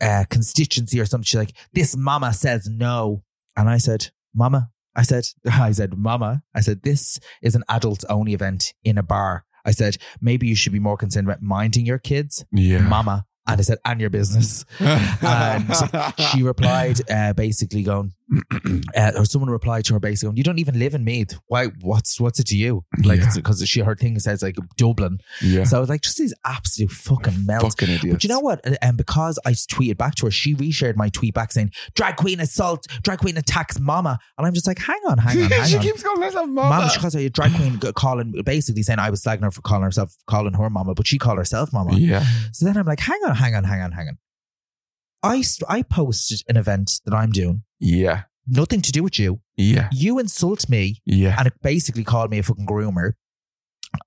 D: uh, constituency or something. She's like, this mama says no. And I said, mama, I said, I said, mama, I said, this is an adult only event in a bar. I said, maybe you should be more concerned about minding your kids,
C: Yeah.
D: mama. And I said, and your business. And Um, she replied, uh, basically going, uh, or someone replied to her basically, going, you don't even live in Meath. Why? What's what's it to you? Like,
C: Yeah.
D: because she her thing says like Dublin.
C: yeah.
D: So I was like, just these absolute fucking melts.
C: Fucking idiots.
D: But you know what? And- And because I tweeted back to her, she reshared my tweet back saying, "Drag queen assault, drag queen attacks mama," and I'm just like, "Hang on, hang on, hang
C: she
D: on."
C: keeps going, let's have mama.
D: Mama, she calls her a drag queen, g- calling basically saying I was slagging her for calling herself, calling her mama, but she called herself mama.
C: yeah.
D: So then I'm like, hang on, hang on, hang on, hang on. I st- I posted an event that I'm doing,
C: Yeah.
D: nothing to do with you.
C: Yeah.
D: You insult me
C: Yeah.
D: and it basically called me a fucking groomer.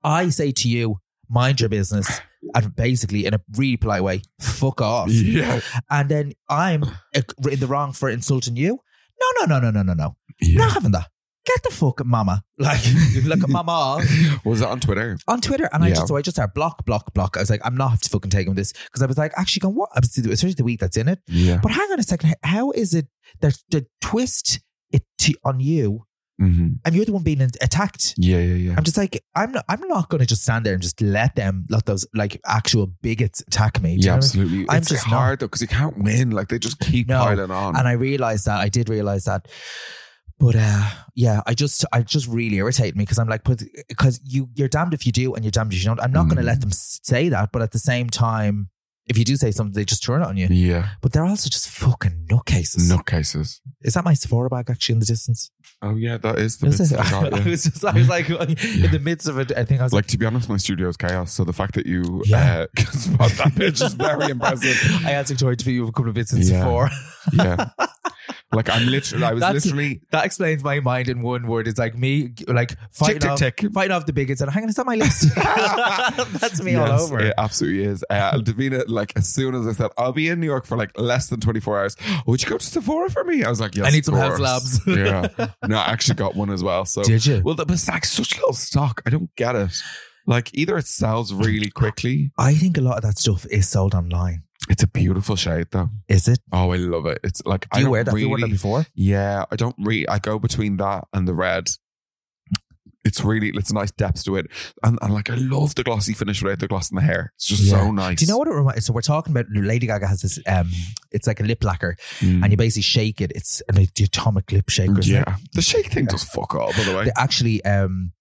D: I say to you, mind your business, and basically in a really polite way, fuck off.
C: Yeah.
D: And then I'm uh, in the wrong for insulting you. No, no, no, no, no, no, no.
C: Yeah.
D: Not having that. Get the fuck, mama. Like, look at mama
C: Was it on Twitter?
D: on Twitter, and I
C: Yeah.
D: just so I just started block, block, block. I was like, I'm not fucking taking this because I was like, actually, going what? Especially the week that's in it.
C: Yeah.
D: But hang on a second, how is it that the twist it to, on you,
C: Mm-hmm.
D: and you're the one being attacked?
C: Yeah. Yeah. Yeah.
D: I'm just like I'm not. I'm not going to just stand there and just let them let those like actual bigots attack me. Do you know what
C: yeah,
D: I mean?
C: absolutely.
D: I'm
C: it's
D: just not-
C: hard though because you can't win. Like they just keep
D: No.
C: piling on.
D: And I realized that. I did realize that. But uh, yeah, I just I just really irritate me because I'm like, because you you're damned if you do and you're damned if you don't. I'm not going
C: Mm.
D: to let them s- say that, but at the same time, if you do say something, they just turn it on you.
C: yeah,
D: But they're also just fucking nutcases.
C: nutcases.
D: Is that my Sephora bag actually in the distance?
C: Oh yeah, that is the
D: Is
C: bits
D: it?
C: that I got,
D: I
C: yeah.
D: was just I was like in the midst of it. I think I was like.
C: Like to be honest, my studio is chaos. So the fact that you
D: Yeah.
C: uh, can spot that bitch is very impressive.
D: I asked Victoria to you a couple of bits in
C: Yeah.
D: Sephora.
C: Yeah, like I'm literally, I was
D: That's-
C: literally
D: That explains my mind in one word. It's like me, like fighting,
C: tick,
D: off,
C: tick.
D: fighting off the bigots and hang on, is that my list? That's me all
C: Yes,
D: over.
C: It absolutely is. Uh, Davina, like as soon as I said, I'll be in New York for like less than 24 hours. Would you go to Sephora for me? I was like, yes,
D: I need
C: of
D: some house labs.
C: course." yeah. No, I actually got one as well. So
D: Did you?
C: Well, but it's like such little stock. I don't get it. Like either it sells really quickly.
D: I think a lot of that stuff is sold online.
C: It's a beautiful shade though.
D: Is it?
C: Oh, I love it. It's like
D: Do
C: I
D: you
C: don't
D: wear that? Have you worn that
C: really-
D: before?
C: Yeah, I don't really. I go between that and the red. It's really, it's a nice depth to it. And, and like, I love the glossy finish without the gloss in the hair. It's just
D: Yeah.
C: so nice.
D: Do you know what it reminds? So we're talking about Lady Gaga has this. um It's like a lip lacquer,
C: Mm.
D: and you basically shake it. It's like the atomic lip shaker. isn't it?
C: Yeah. The shake thing does fuck all, by the way.
D: They actually, um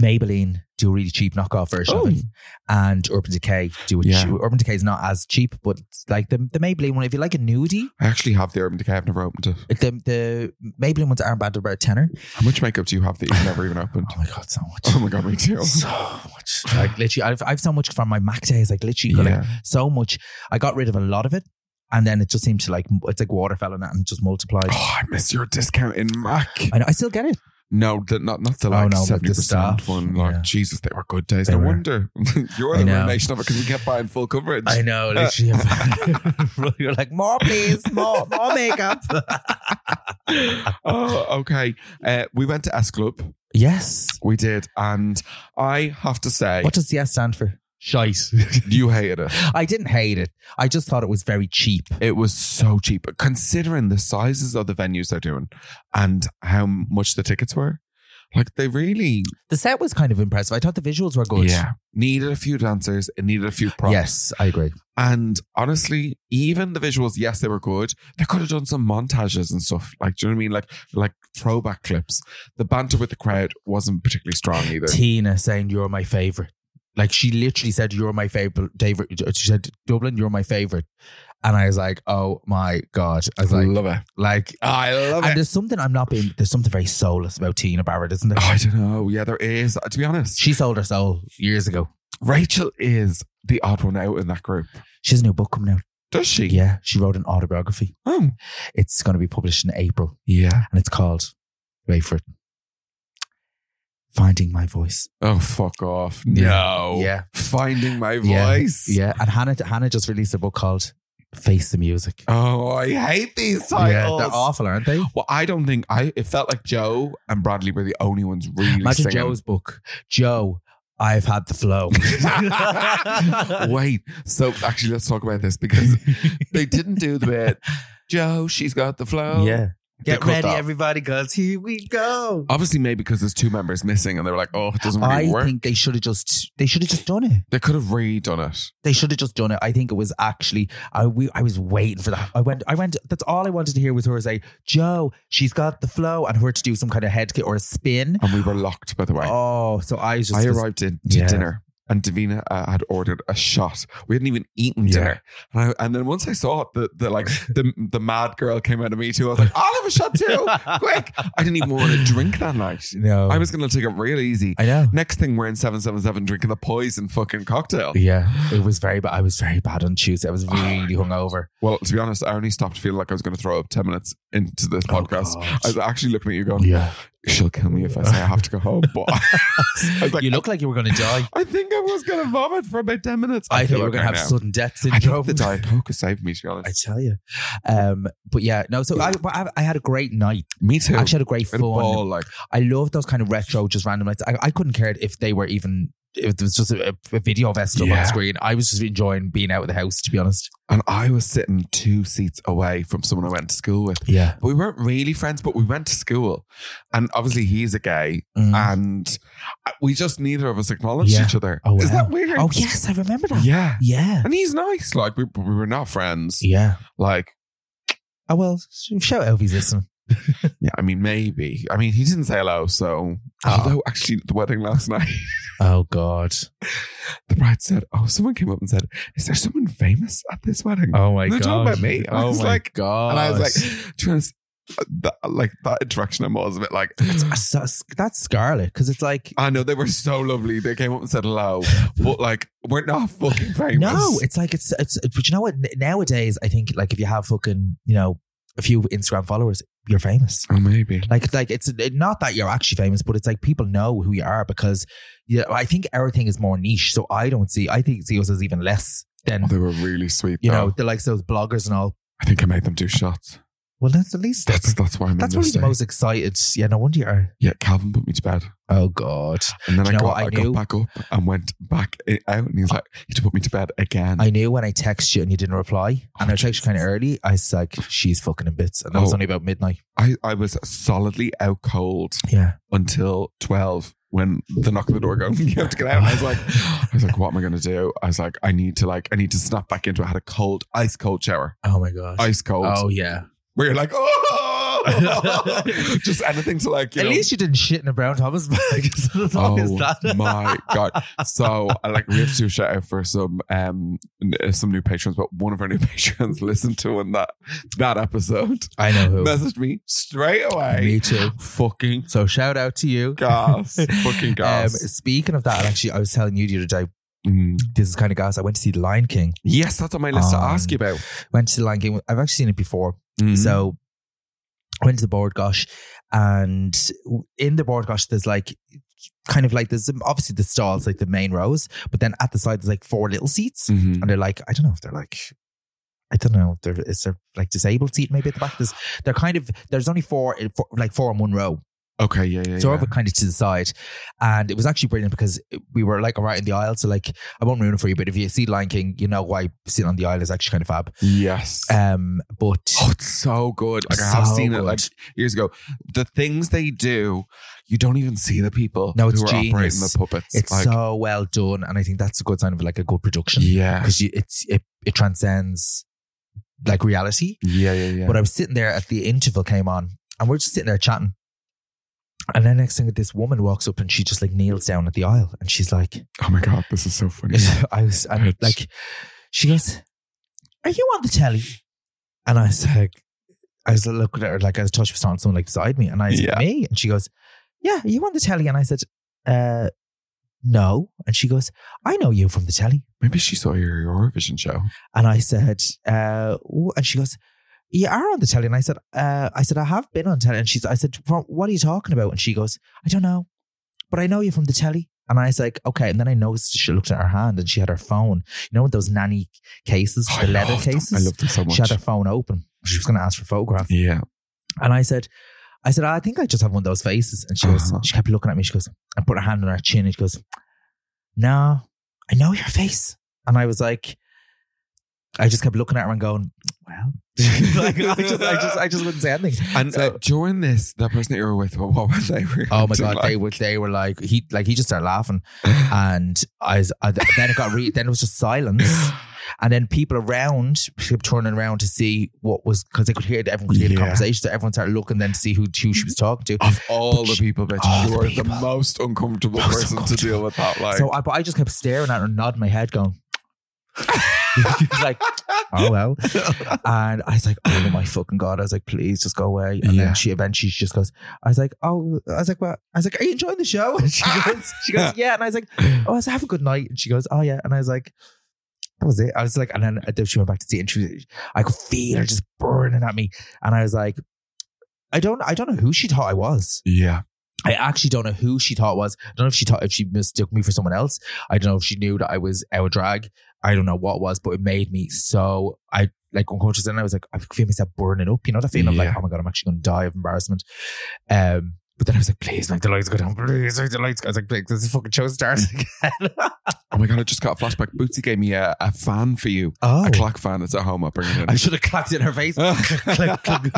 D: Maybelline do a really cheap knockoff version
C: Oh.
D: of it, and Urban Decay do a
C: Yeah.
D: cheap- Urban Decay is not as cheap, but it's like the the Maybelline one, if you like a nudie,
C: I actually have the Urban Decay. I've never opened it.
D: the the Maybelline ones aren't bad. They're about a tenner.
C: How much makeup do you have that you've never even opened?
D: Oh my god, so much.
C: Oh my God, me too.
D: so much. Like literally, I've, I've so much from my Mac days. Like literally, like,
C: Yeah.
D: so much. I got rid of a lot of it, and then it just seemed to like it's like waterfall and that, and it just multiplied.
C: Oh, I miss your discount in Mac.
D: I, know, I still get it.
C: No, the, not not the
D: Oh,
C: like
D: no, but the
C: seventy percent
D: staff,
C: one. Like
D: yeah.
C: Jesus, they were good days.
D: They
C: no
D: were.
C: wonder you're
D: I
C: the
D: know.
C: ruination of it because we kept buying full coverage.
D: I know, literally. You're like more, please, more, more makeup.
C: oh, okay. Uh, we went to S Club.
D: yes.
C: We did, and I have to say,
D: What does the S stand for? Shite.
C: you hated it.
D: I didn't hate it. I just thought it was very cheap.
C: It was so cheap, considering the sizes of the venues they're doing and how much the tickets were. Like they really,
D: The set was kind of impressive. I thought the visuals were good.
C: yeah, needed a few dancers. It needed a few props.
D: Yes, I agree.
C: And honestly, even the visuals, yes, they were good. They could have done some montages and stuff. Like, do you know what I mean? Like, like throwback clips. The banter with the crowd wasn't particularly strong either.
D: Tina saying you're my favorite. Like she literally said you're my favorite. David, she said Dublin, you're my favorite. And I was like, oh my god. I was like,
C: it.
D: like,
C: I love
D: and
C: it.
D: there's something I'm not being. There's something very soulless about Tina Barrett, isn't there?
C: Oh, I don't know. Yeah, there is. To be honest,
D: She sold her soul years ago.
C: Rachel is the odd one out in that group.
D: She has a new book coming out.
C: Does she?
D: Yeah, she wrote an autobiography.
C: Oh.
D: It's going to be published in April,
C: Yeah.
D: and it's called "Wait for it." Finding my voice.
C: Oh, fuck off.
D: Yeah.
C: No.
D: Yeah.
C: Finding Oh, my
D: Yeah.
C: voice.
D: Yeah, and Hannah Hannah just released a book called "Face the Music."
C: Oh, I hate these titles.
D: Yeah, they're awful, aren't they?
C: Well, I don't think I. It felt like Joe and Bradley were the only ones really.
D: Imagine
C: singing.
D: Joe's book. Joe, I've had the flow.
C: Wait. So actually, let's talk about this because they didn't do the bit. Joe, she's got the flow.
D: yeah.
C: They cut that.
D: everybody, because here we go.
C: Obviously, maybe because there's two members missing, and they were like, "Oh, it doesn't really
D: I
C: work."
D: think they should have just they should have just done it.
C: they could have redone it.
D: They should have just done it. I think it was actually I we I was waiting for that. I went I went that's all I wanted to hear was her say, Joe, she's got the flow and her to do some kind of head kick or a spin.
C: And we were locked, by the way.
D: Oh, so I was just
C: I arrived in to
D: Yeah.
C: dinner. And Davina uh, had ordered a shot. We hadn't even eaten
D: Yeah.
C: dinner, and, I, and then once I saw it, the, the like the the mad girl came out of me too. I was like, "I'll have a shot too, quick!" I didn't even want to drink that night.
D: No.
C: I was going to take it real easy.
D: I know.
C: Next thing, we're in 777 drinking the poison fucking cocktail.
D: Yeah. It was very bad. I was very bad on Tuesday. I was really hungover.
C: Well, to be honest, I only stopped feeling like I was going to throw up 10 minutes into this
D: Oh,
C: podcast.
D: God.
C: I was actually looking at you going,
D: Yeah.
C: she'll kill me if I say I have to go home. But I was like,
D: you look like "Oh." you were going to die.
C: I think I was going to vomit for about 10 minutes.
D: I,
C: feel
D: thought you were
C: okay
D: going to have
C: now.
D: sudden death
C: I think
D: syndrome.
C: the Diet Coke has saved me, to be
D: I
C: honest.
D: tell you. Um, but yeah, no. So I, but I, I had a great night.
C: Me too.
D: I actually had a great fun.
C: Had a ball, like,
D: I love those kind of retro, just random nights. I, I couldn't care if they were even. If it was just a, a video of Esther
C: Yeah.
D: on screen, I was just enjoying being out of the house. To be honest,
C: and I was sitting two seats away from someone I went to school with.
D: yeah.
C: We weren't really friends, but we went to school. And obviously, he's a gay.
D: Mm. Ah.
C: and we just neither of us acknowledged
D: Yeah.
C: each other.
D: Oh,
C: Is
D: wow.
C: that weird?
D: oh yes, I remember that.
C: yeah.
D: yeah,
C: And he's nice. Like we, we were not friends.
D: yeah.
C: Like
D: Oh well, shout out if he's listening.
C: yeah, I mean maybe. I mean he didn't say hello. So
D: Oh.
C: although actually at the wedding last night,
D: Oh god.
C: the bride said, "Oh, someone came up and said, is there someone famous at this wedding?"
D: Oh my
C: They're
D: god.
C: talking about me. I
D: oh
C: was
D: my
C: like-
D: god.
C: And I was like, to be honest, that, like that interaction I was a bit like.
D: That's- that's, that's Scarlet because it's like
C: I know they were so lovely. They came up and said hello, but like we're not fucking famous.
D: No, it's like it's, it's but you know what? N- Nowadays, I think like if you have fucking you know a few Instagram followers, you're famous.
C: oh maybe.
D: Like like it's it- not that you're actually famous, but it's like people know who you are because you know, I think everything is more niche. So I don't see I think see us as even less than
C: Oh, they were really sweet.
D: you
C: though.
D: know the likes of those bloggers and all.
C: I think I made them do shots.
D: Well, that's the least.
C: That's that's why I'm.
D: That's
C: in
D: probably
C: this
D: the
C: state.
D: most excited. Yeah, no wonder you're.
C: Yeah, Calvin put me to bed,
D: Oh God,
C: and then
D: Do
C: I
D: you know
C: got
D: what I
C: I, got
D: knew?
C: back up and went back i- out, and he was like, "You had to put me to bed again."
D: I knew when I texted you and you didn't reply, and I texted
C: Jesus.
D: you kind of early. I was like, "She's fucking in bits," and that was
C: Oh.
D: only about midnight.
C: I, I was solidly out cold
D: Yeah,
C: until twelve when the knock on the door go, you have to get out. And I was like, I was like, what am I gonna do? I was like, I need to like, I need to snap back into. it. I had a cold, ice cold shower,
D: Oh my gosh.
C: ice cold.
D: Oh yeah.
C: Where you're like, oh, just anything to like. You
D: At
C: know, Oh
D: least you didn't shit in a brown Thomas bag. as long as that.
C: my god! So, I like, we have to do a shout out for some um n- some new patrons, but one of our new patrons listened to in that that episode,
D: I know who.
C: messaged me straight
D: Oh. Me
C: away.
D: too.
C: Fucking
D: So shout out to you.
C: gas, fucking
D: Um,
C: gas.
D: speaking of that, and actually, I was telling you the other day.
C: Mm.
D: This is kind of gas. I went to see The Lion King.
C: Yes, that's on my list to
D: Um,
C: ask you about.
D: Went to The Lion King. I've actually seen it before.
C: Mm-hmm.
D: So I went to the board gosh, and in the board gosh, there's like kind of like there's obviously the stalls, like the main rows, but then at the side there's like four little seats.
C: Mhm.
D: and they're like, I don't know if they're like, I don't know, if they're is there like disabled seat maybe at the back? There's they're kind of there's only four, eh, four like four in one row,
C: okay, yeah, yeah.
D: so
C: yeah.
D: over kind of to the side, and it was actually brilliant because we were like right in the aisle, so like I won't ruin it for you, but if you see Lion King, you know why sitting on the aisle is actually kind of fab.
C: yes.
D: Um, but
C: Oh, it's so good. Like I have
D: So
C: seen it
D: good.
C: like years ago. The things they do, you don't even see the people
D: No, it's
C: who are operating
D: genius.
C: the puppets.
D: it's
C: like,
D: so well done, and I think that's a good sign of like a good production
C: yeah.
D: because it's it it transcends like reality.
C: Yeah, yeah, yeah.
D: But I was sitting there at the interval came on, and we're just sitting there chatting. And then next thing, this woman walks up and she just like kneels down at the aisle, and she's like,
C: oh my god, this is so funny.
D: "I was I'm
C: Bitch.
D: like," she goes, "Are you on the telly?" And I was like, I was looking at her like I was touched with someone someone, like beside me, and I said,
C: Yeah.
D: "Me?" And she goes, "Yeah, are you on the telly?" And I said, "Uh, no." And she goes, "I know you from the telly."
C: Maybe she saw your Eurovision show.
D: And I said, uh, ooh, and she goes, you are on the telly. And I said, uh, I said, I have been on telly. And she's, I said, "From- what are you talking about? And she goes, I don't know, but I know you from the telly. And I was like, okay. And then I noticed she looked at her hand and she had her phone. You know those nanny cases,
C: Oh,
D: the
C: I
D: leather
C: love them.
D: cases?
C: I love them so much.
D: She had her phone open. She was going to ask for a photograph.
C: yeah.
D: And I said, I said, I think I just have one of those faces. And she goes,
C: Uh-huh.
D: she kept looking at me. She goes, and put her hand on her chin. And she goes, No, I know your face. And I was like, I just kept looking at her and going, Well, like, I just, I just, I just wouldn't say anything.
C: And
D: So-
C: uh, during this, the person that you were with, what, what were they?
D: Oh my god, they
C: reacting
D: were, they were like, he, like he just started laughing,
C: like?
D: and I, was, I then it got re, then it was just silence. And then people around kept turning around to see what was because they could hear everyone could hear the
C: Yeah.
D: conversation, so everyone started looking then to see who, who she was talking to.
C: of all
D: But
C: the
D: she-
C: people, bitch,
D: all
C: you
D: the
C: are the
D: people.
C: most uncomfortable
D: Most
C: person to
D: uncomfortable.
C: deal with that. Like,
D: So I, but I just kept staring at her, and nodding my head, going, It's like, oh well. And I was like, oh my fucking god! I was like, please just go away. And
C: Yeah.
D: then she eventually she just goes, I was like, oh, I was like, well, I was like, are you enjoying the show? And she goes, she goes, yeah. And I was like, oh, I was like, have a good night. And she goes, oh yeah. And I was like. That was it. I was like, and then- uh, then she went back to the interview. I could feel her just burning at me, and I was like, I don't, I don't know who she thought I was.
C: yeah,
D: I actually don't know who she thought it was. I don't know if she thought if she mistook me for someone else. I don't know if she knew that I was out of drag. I don't know what it was, but it made me so I like unconscious and I was like, I feel myself burning up. You know that feeling of like,
C: Yeah.
D: oh my god, I'm actually gonna die of embarrassment. Um but then I was like, please make the lights go down, please make the lights go. I was like, please, this fucking show starts again.
C: oh my god, I just got a flashback. Bootsy gave me a, a fan for you,
D: oh
C: a clock fan. It's at home. I'll bring it in.
D: I should have clapped it in her face. Click, click.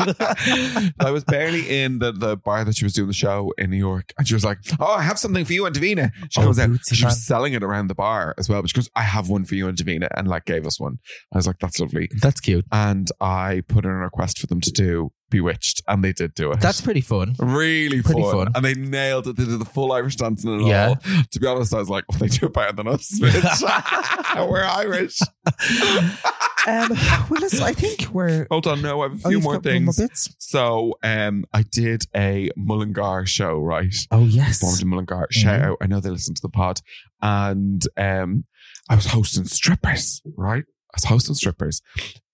C: I was barely in the, the bar that she was doing the show in New York, and she was like, "Oh, I have something for you and Davina." She
D: Oh,
C: comes out.
D: Bootsy
C: She
D: fan.
C: was selling it around the bar as well. But she goes, "I have one for you and Davina," and like gave us one. I was like, "That's lovely."
D: That's cute.
C: And I put in a request for them to do Bewitched, and they did do it.
D: That's pretty fun.
C: really
D: pretty
C: fun.
D: fun.
C: and they nailed it. They did the full Irish dancing and
D: Yeah.
C: all. To be honest, I was like, "Oh, they do it better than us. bitch. We're Irish."
D: Um, well, listen, I think we're
C: Hold on, no, I have a
D: Oh,
C: few
D: you've
C: more
D: got one more
C: things.
D: bits?
C: So, um, I did a Mullingar show, right?
D: Oh yes.
C: performed in Mullingar. Shout
D: Mhm.
C: out. I know they listen to the pod. And um, I was hosting strippers, right? I was hosting strippers.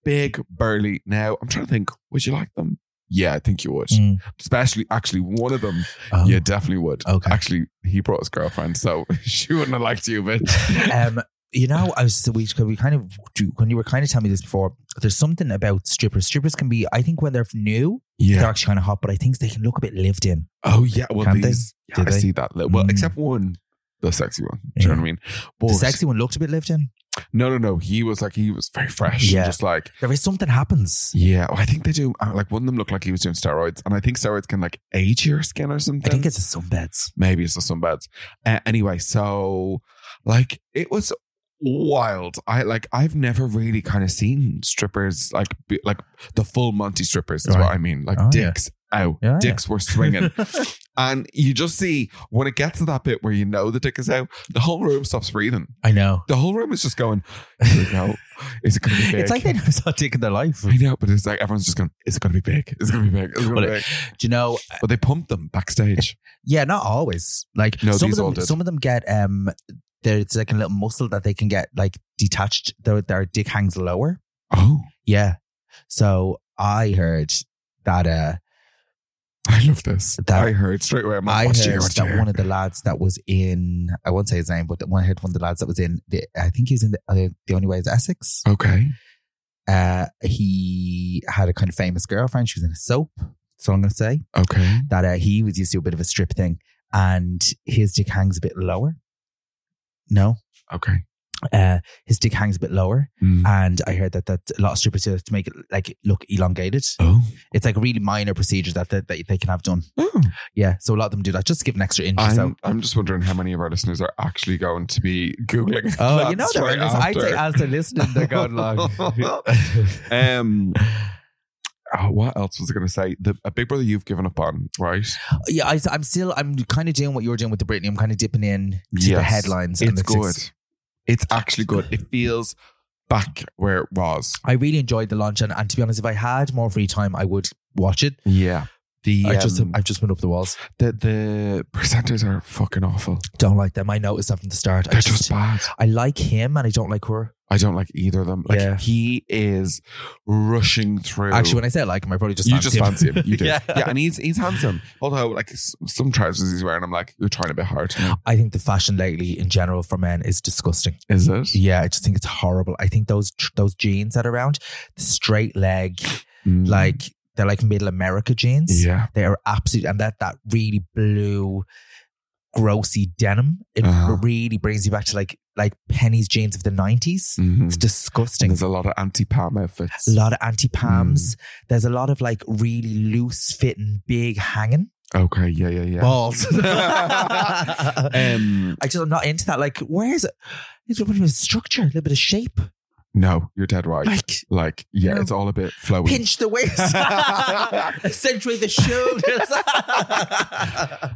C: Big, burly. Now, I'm trying to think, would you like them? Yeah, I think you would.
D: Mm.
C: Especially, actually, one of them,
D: Oh.
C: yeah, definitely would.
D: Okay.
C: Actually, he brought his girlfriend, so she wouldn't have liked you, but
D: um, you know, I was so we, we kind of when you were kind of telling me this before. There's something about strippers. Strippers can be, I think, when they're new, they're
C: Yeah.
D: actually kind of hot, but I think they can look a bit lived in.
C: Oh yeah. Well,
D: Can't they?
C: these.
D: Do
C: Yeah, I
D: they?
C: see that. li- Well,
D: Mm.
C: except one, the sexy one. Do you know
D: Yeah.
C: what I mean? But
D: the sexy one looked a bit lived in.
C: No, no, no. He was like he was very fresh.
D: Yeah.
C: Yeah. Just like
D: There is something happens.
C: yeah. I think they do. uh, Like one of them looked like he was doing steroids, and I think steroids can like age your skin or something.
D: I think it's the sunbeds.
C: maybe it's the sunbeds. Uh, anyway, so like it was wild. I like I've never really kind of seen strippers like be, like the full Monty strippers is
D: Right.
C: what I mean. Like
D: Oh, yeah.
C: dicks out,
D: Yeah, yeah.
C: dicks were swinging, and you just see when it gets to that bit where you know the dick is out, the whole room stops breathing.
D: I know.
C: The whole room is just going, here we go. Is it going to be big?
D: It's like they never saw dick in their life.
C: I know, but it's like everyone's just going, it's going to be big. It's going to be big. It's going
D: Well,
C: to be big.
D: Do you know?
C: But they pumped them backstage.
D: Yeah, not always. Like
C: No,
D: some of
C: these all
D: them,
C: did.
D: some of them get um, there's like a little muscle that they can get like detached. Their their dick hangs lower.
C: Oh,
D: Yeah. So I heard that uh,
C: I love this.
D: That-
C: I heard straight away. I'm like,
D: I heard
C: what's your- what's
D: that
C: your-
D: one of the lads that was in I won't say his name, but one I heard one of the lads that was in the, I think he was in the, uh, the only way is Essex.
C: Okay.
D: Uh, he had a kind of famous girlfriend. She was in a soap. So I'm going to say
C: Okay.
D: that uh, he was used to a bit of a strip thing, and his dick hangs a bit lower. No,
C: Okay.
D: uh, his dick hangs a bit lower,
C: Mm.
D: and I heard that that a lot of strippers do that to make it like look elongated.
C: Oh.
D: It's like a really minor procedure that, that, that they can have done.
C: Oh.
D: Yeah, so a lot of them do that just to give an extra inch. or so.
C: I'm, I'm just wondering how many of our listeners are actually going to be Googling.
D: Oh,
C: that
D: you know, they're
C: straight
D: listening. I'd say
C: after.
D: as they're listening, they're going like,
C: um, oh, what else was I going to say? The, a big brother you've given up on, right?
D: yeah, I, am still, I'm kind of doing what you're doing with the Britney. I'm kind of dipping in to the
C: Yes.
D: headlines.
C: It's
D: the
C: good. It's actually good. It feels back where it was.
D: I really enjoyed the launch, and, and to be honest, if I had more free time, I would watch it.
C: Yeah. The
D: I just,
C: um,
D: I've just been up the walls.
C: the the presenters are fucking awful.
D: Don't like them. I noticed that from the start. I
C: They're just bad.
D: I like him, and I don't like her.
C: I don't like either of them. Like
D: Yeah.
C: he is rushing through.
D: Actually, when I say I like him, I probably just
C: you
D: fancy
C: just fancy him. You do.
D: yeah.
C: yeah. and he's he's handsome. Although like s- some trousers he's wearing, I'm like, you're trying a bit hard.
D: I think the fashion lately in general for men is disgusting.
C: Is it?
D: Yeah, I just think it's horrible. I think those those jeans that are around, the straight leg, like they're like middle America jeans.
C: Mm. Mm-hmm. yeah.
D: They are absolute, and that that really blue, grossy denim. It
C: Uh-huh.
D: really brings you back to like like Penny's jeans of the 90s
C: Mhm.
D: It's
C: And
D: disgusting.
C: there's a lot of anti palm outfits.
D: A lot of anti pams.
C: Mm-hmm.
D: There's a lot of like really loose fitting, big hanging
C: okay. Yeah. Yeah. Yeah.
D: balls.
C: um.
D: I just I'm not into that. Like, where's it? It's a bit of structure, a little bit of shape.
C: No, you're dead right. Oh, Like,
D: Like,
C: yeah,
D: No.
C: it's all a bit flowy.
D: pinch the waist, accentuate the shoulders.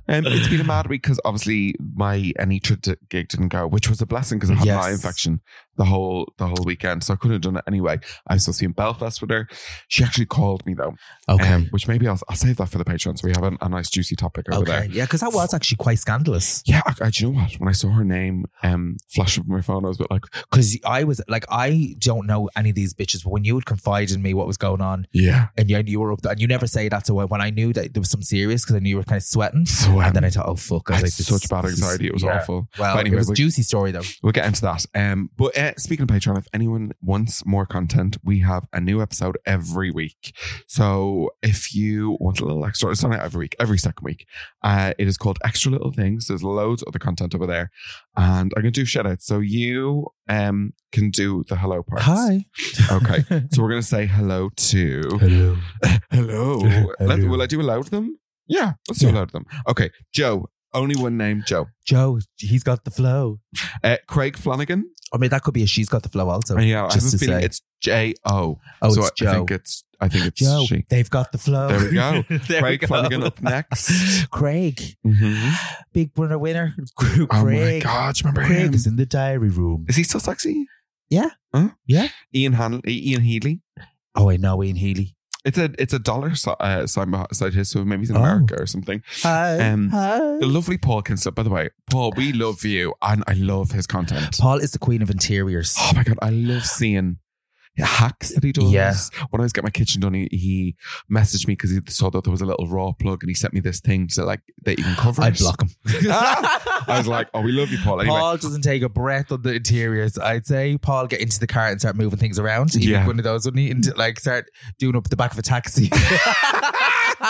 C: Um, it's been a mad week because obviously my Anitra d- gig didn't go, which was a blessing because I had an eye
D: Yes.
C: infection the whole the whole weekend, so I couldn't have done it anyway. I was supposed to be in Belfast with her. She actually called me though, um, which maybe I'll, I'll save that for the Patreon. So we have an, a nice juicy topic over
D: okay.
C: there.
D: Yeah, because that was actually quite scandalous.
C: Yeah, I, I- do you know what? When I saw her name um, flash up on my phone, I was a bit like,
D: Because I was like, I don't know any of these bitches, but when you would confide in me what was going on,
C: yeah,
D: and you, you were up there, and you never say that. So when when I knew that there was some serious, because I knew you were kind of sweating,
C: Sweating.
D: and then I thought, oh fuck,
C: I
D: I
C: had
D: was like, this
C: such
D: is-
C: bad
D: this is-
C: anxiety. It was
D: yeah.
C: awful.
D: Well,
C: But anyway,
D: it was a
C: we-
D: juicy story though.
C: We'll get into that. Um, but uh, speaking of Patreon, if anyone wants more content, we have a new episode every week. So if you want a little extra, it's not every week, every second week. Uh, it is called Extra Little Things. There's loads of other content over there. And I'm going to do shout outs. So you um, can do the hello part.
D: Hi.
C: Okay. So we're going to say hello to.
D: Hello.
C: Hello. Let- will I do hello to them? Yeah. Let's do
D: Yeah.
C: hello to them. Okay. Joe. Only one name, Joe.
D: Joe, he's got the flow.
C: Uh, Craig Flanagan.
D: I mean, that could be a she's got the flow also.
C: yeah, I
D: just
C: have a
D: to
C: feeling
D: say.
C: it's J O.
D: Oh,
C: so
D: it's
C: I,
D: Joe.
C: I think it's I think it's
D: Joe,
C: she.
D: they've got the flow.
C: There we go.
D: There we
C: Craig
D: go. Mm-hmm.
C: Flanagan up next.
D: Craig, big winner, winner. Craig.
C: Oh my God, do you remember
D: Craig
C: him?
D: is in the diary room.
C: Is he still sexy?
D: Yeah.
C: Huh?
D: Yeah.
C: Ian Han- Ian Healy.
D: Oh, I know Ian Healy.
C: It's a it's a dollar si- uh, sign beside his, so maybe he's in
D: Oh.
C: America or something.
D: Hi.
C: Um,
D: hi.
C: The lovely Paul Kinslip, by the way. Paul, we love you, and I love his content.
D: Paul is the queen of interiors.
C: Oh my god, I love seeing the hacks that he does.
D: Yeah.
C: When I was getting my kitchen done, he, he messaged me because he saw that there was a little raw plug, and he sent me this thing to like that you can cover.
D: I'd
C: it.
D: block him.
C: I was like, oh, we love you, Paul. Anyway,
D: Paul doesn't take a breath on the interiors. I'd say Paul get into the car and start moving things around. He'd
C: Yeah.
D: yeah. one of those, wouldn't he? And like start doing up the back of a taxi.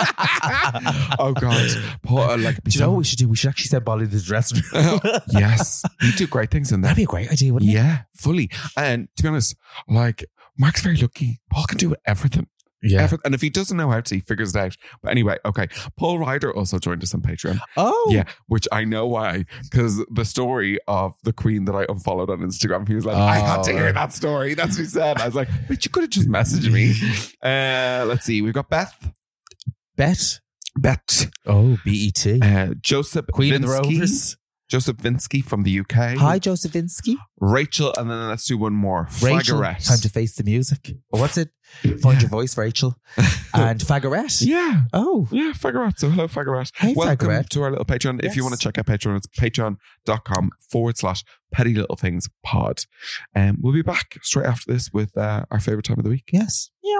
C: oh god, Paul, uh, like,
D: Do you know what we should do? We should actually send Molly to the dressing room.
C: Oh. yes, you do great things in there.
D: That'd be a great idea, wouldn't it?
C: Yeah, fully. And to be honest, like Mark's very lucky. Paul can do everything.
D: Yeah.
C: Everyth- And if he doesn't know how to, he figures it out. But anyway, okay. Paul Ryder also joined us on Patreon.
D: Oh,
C: Yeah, which I know why. Because the story of the queen that I unfollowed on Instagram, he was like, I had to
D: Oh.
C: hear that story. That's what he said. I was like, but you could have just messaged me. Uh, let's see. We've got Beth.
D: Bet.
C: Beth.
D: Oh, BET.
C: Uh, Joseph
D: Queen of the
C: Vinsky.
D: Rovers.
C: Joseph Vinsky from the UK.
D: Hi, Josephinsky.
C: Rachel. And then let's do one more.
D: Rachel.
C: Flagarette.
D: Time to face the music. Or what's it? Find your voice, Rachel. and Fagorette.
C: Yeah.
D: Oh.
C: Yeah, Fagorette. So hello, Fagorette.
D: Hey,
C: Welcome
D: Fagorette.
C: to our little Patreon. If you
D: Yes.
C: want to check out Patreon, it's patreon.com forward slash petty little things pod. Um, we'll be back straight after this with uh, our favorite time of the week.
D: Yes. Yeah.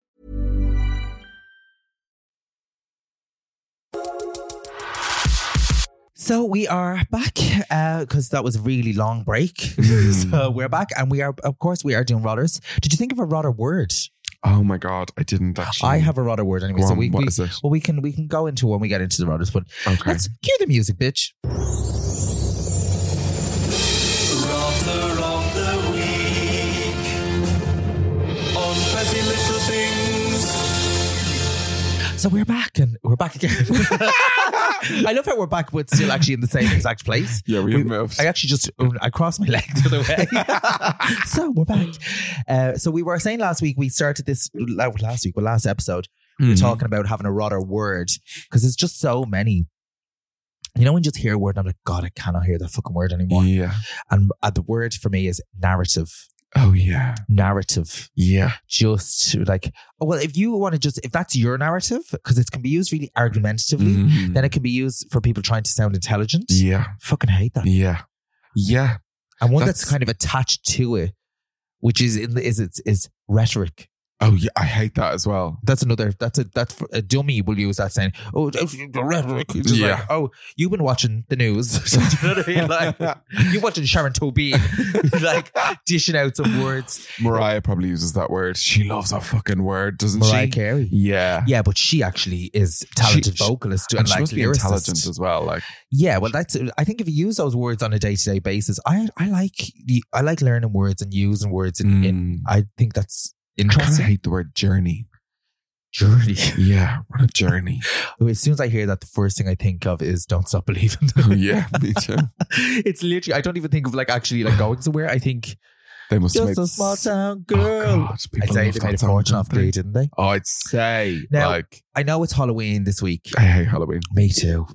D: So we are back because that was a really long break. so
C: Hmm.
D: we're back, and we are, of course, we are doing rodders. Did you think of a rodder word?
C: Oh my God, I didn't actually.
D: I have a rodder word anyway.
C: Go
D: so
C: on,
D: we,
C: what
D: we
C: is it?
D: well, we can we can go into when we get into the rodders, but
C: Okay.
D: let's cue the music, bitch. So we're back and we're back again. I love how we're back, but still actually in the same exact place.
C: Yeah, we have moved.
D: I actually just I crossed my leg the other way. so we're back. Uh, so we were saying last week we started this la- last week, well, last episode.
C: Mm-hmm.
D: We are talking about having a rather word because there's just so many. You know, when you just hear a word, and I'm like, God, I cannot hear that fucking word anymore.
C: Yeah.
D: And uh, the word for me is narrative.
C: Oh yeah.
D: Narrative
C: Yeah.
D: just like oh, well if you want to just if that's your narrative because it can be used really argumentatively
C: Mhm.
D: then it can be used for people trying to sound intelligent
C: Yeah.
D: fucking hate that
C: Yeah. Yeah.
D: and one that's,
C: That's-
D: kind of attached to it which is in the, is it's is rhetoric
C: Oh yeah. I hate that as well.
D: that's another that's a that's a dummy will use that saying oh it's the rhetoric It's just
C: Yeah.
D: like, oh you've been watching the news Do you know what I mean? like you're watching Sharon Tobin like dishing out some words
C: Mariah probably uses that word. She loves that fucking word, doesn't
D: Mariah
C: she?
D: Carey
C: Yeah.
D: yeah but she actually is talented
C: she-
D: vocalist
C: And she
D: like
C: must be
D: lyricist.
C: intelligent as well. Like,
D: Yeah, well, that's. I think if you use those words on a day to day basis, I I like the- I like learning words and using words, and
C: Mm.
D: in, I think that's
C: I kind of
D: interesting.
C: hate the word journey.
D: Journey.
C: Yeah, what a journey.
D: As soon as I hear that, the first thing I think of is "Don't Stop Believing."
C: Oh, yeah, me too.
D: it's literally. I don't even think of like actually like going somewhere. I think
C: They must have
D: just
C: made
D: a small
C: s-
D: town
C: Oh,
D: girl.
C: God,
D: I'd
C: people
D: say
C: love
D: they
C: that
D: made a
C: song,
D: fortune off
C: don't they?
D: Glee, didn't they?
C: Oh, I'd say
D: Now-
C: like
D: I know it's Halloween this week.
C: I hate Halloween.
D: Me too.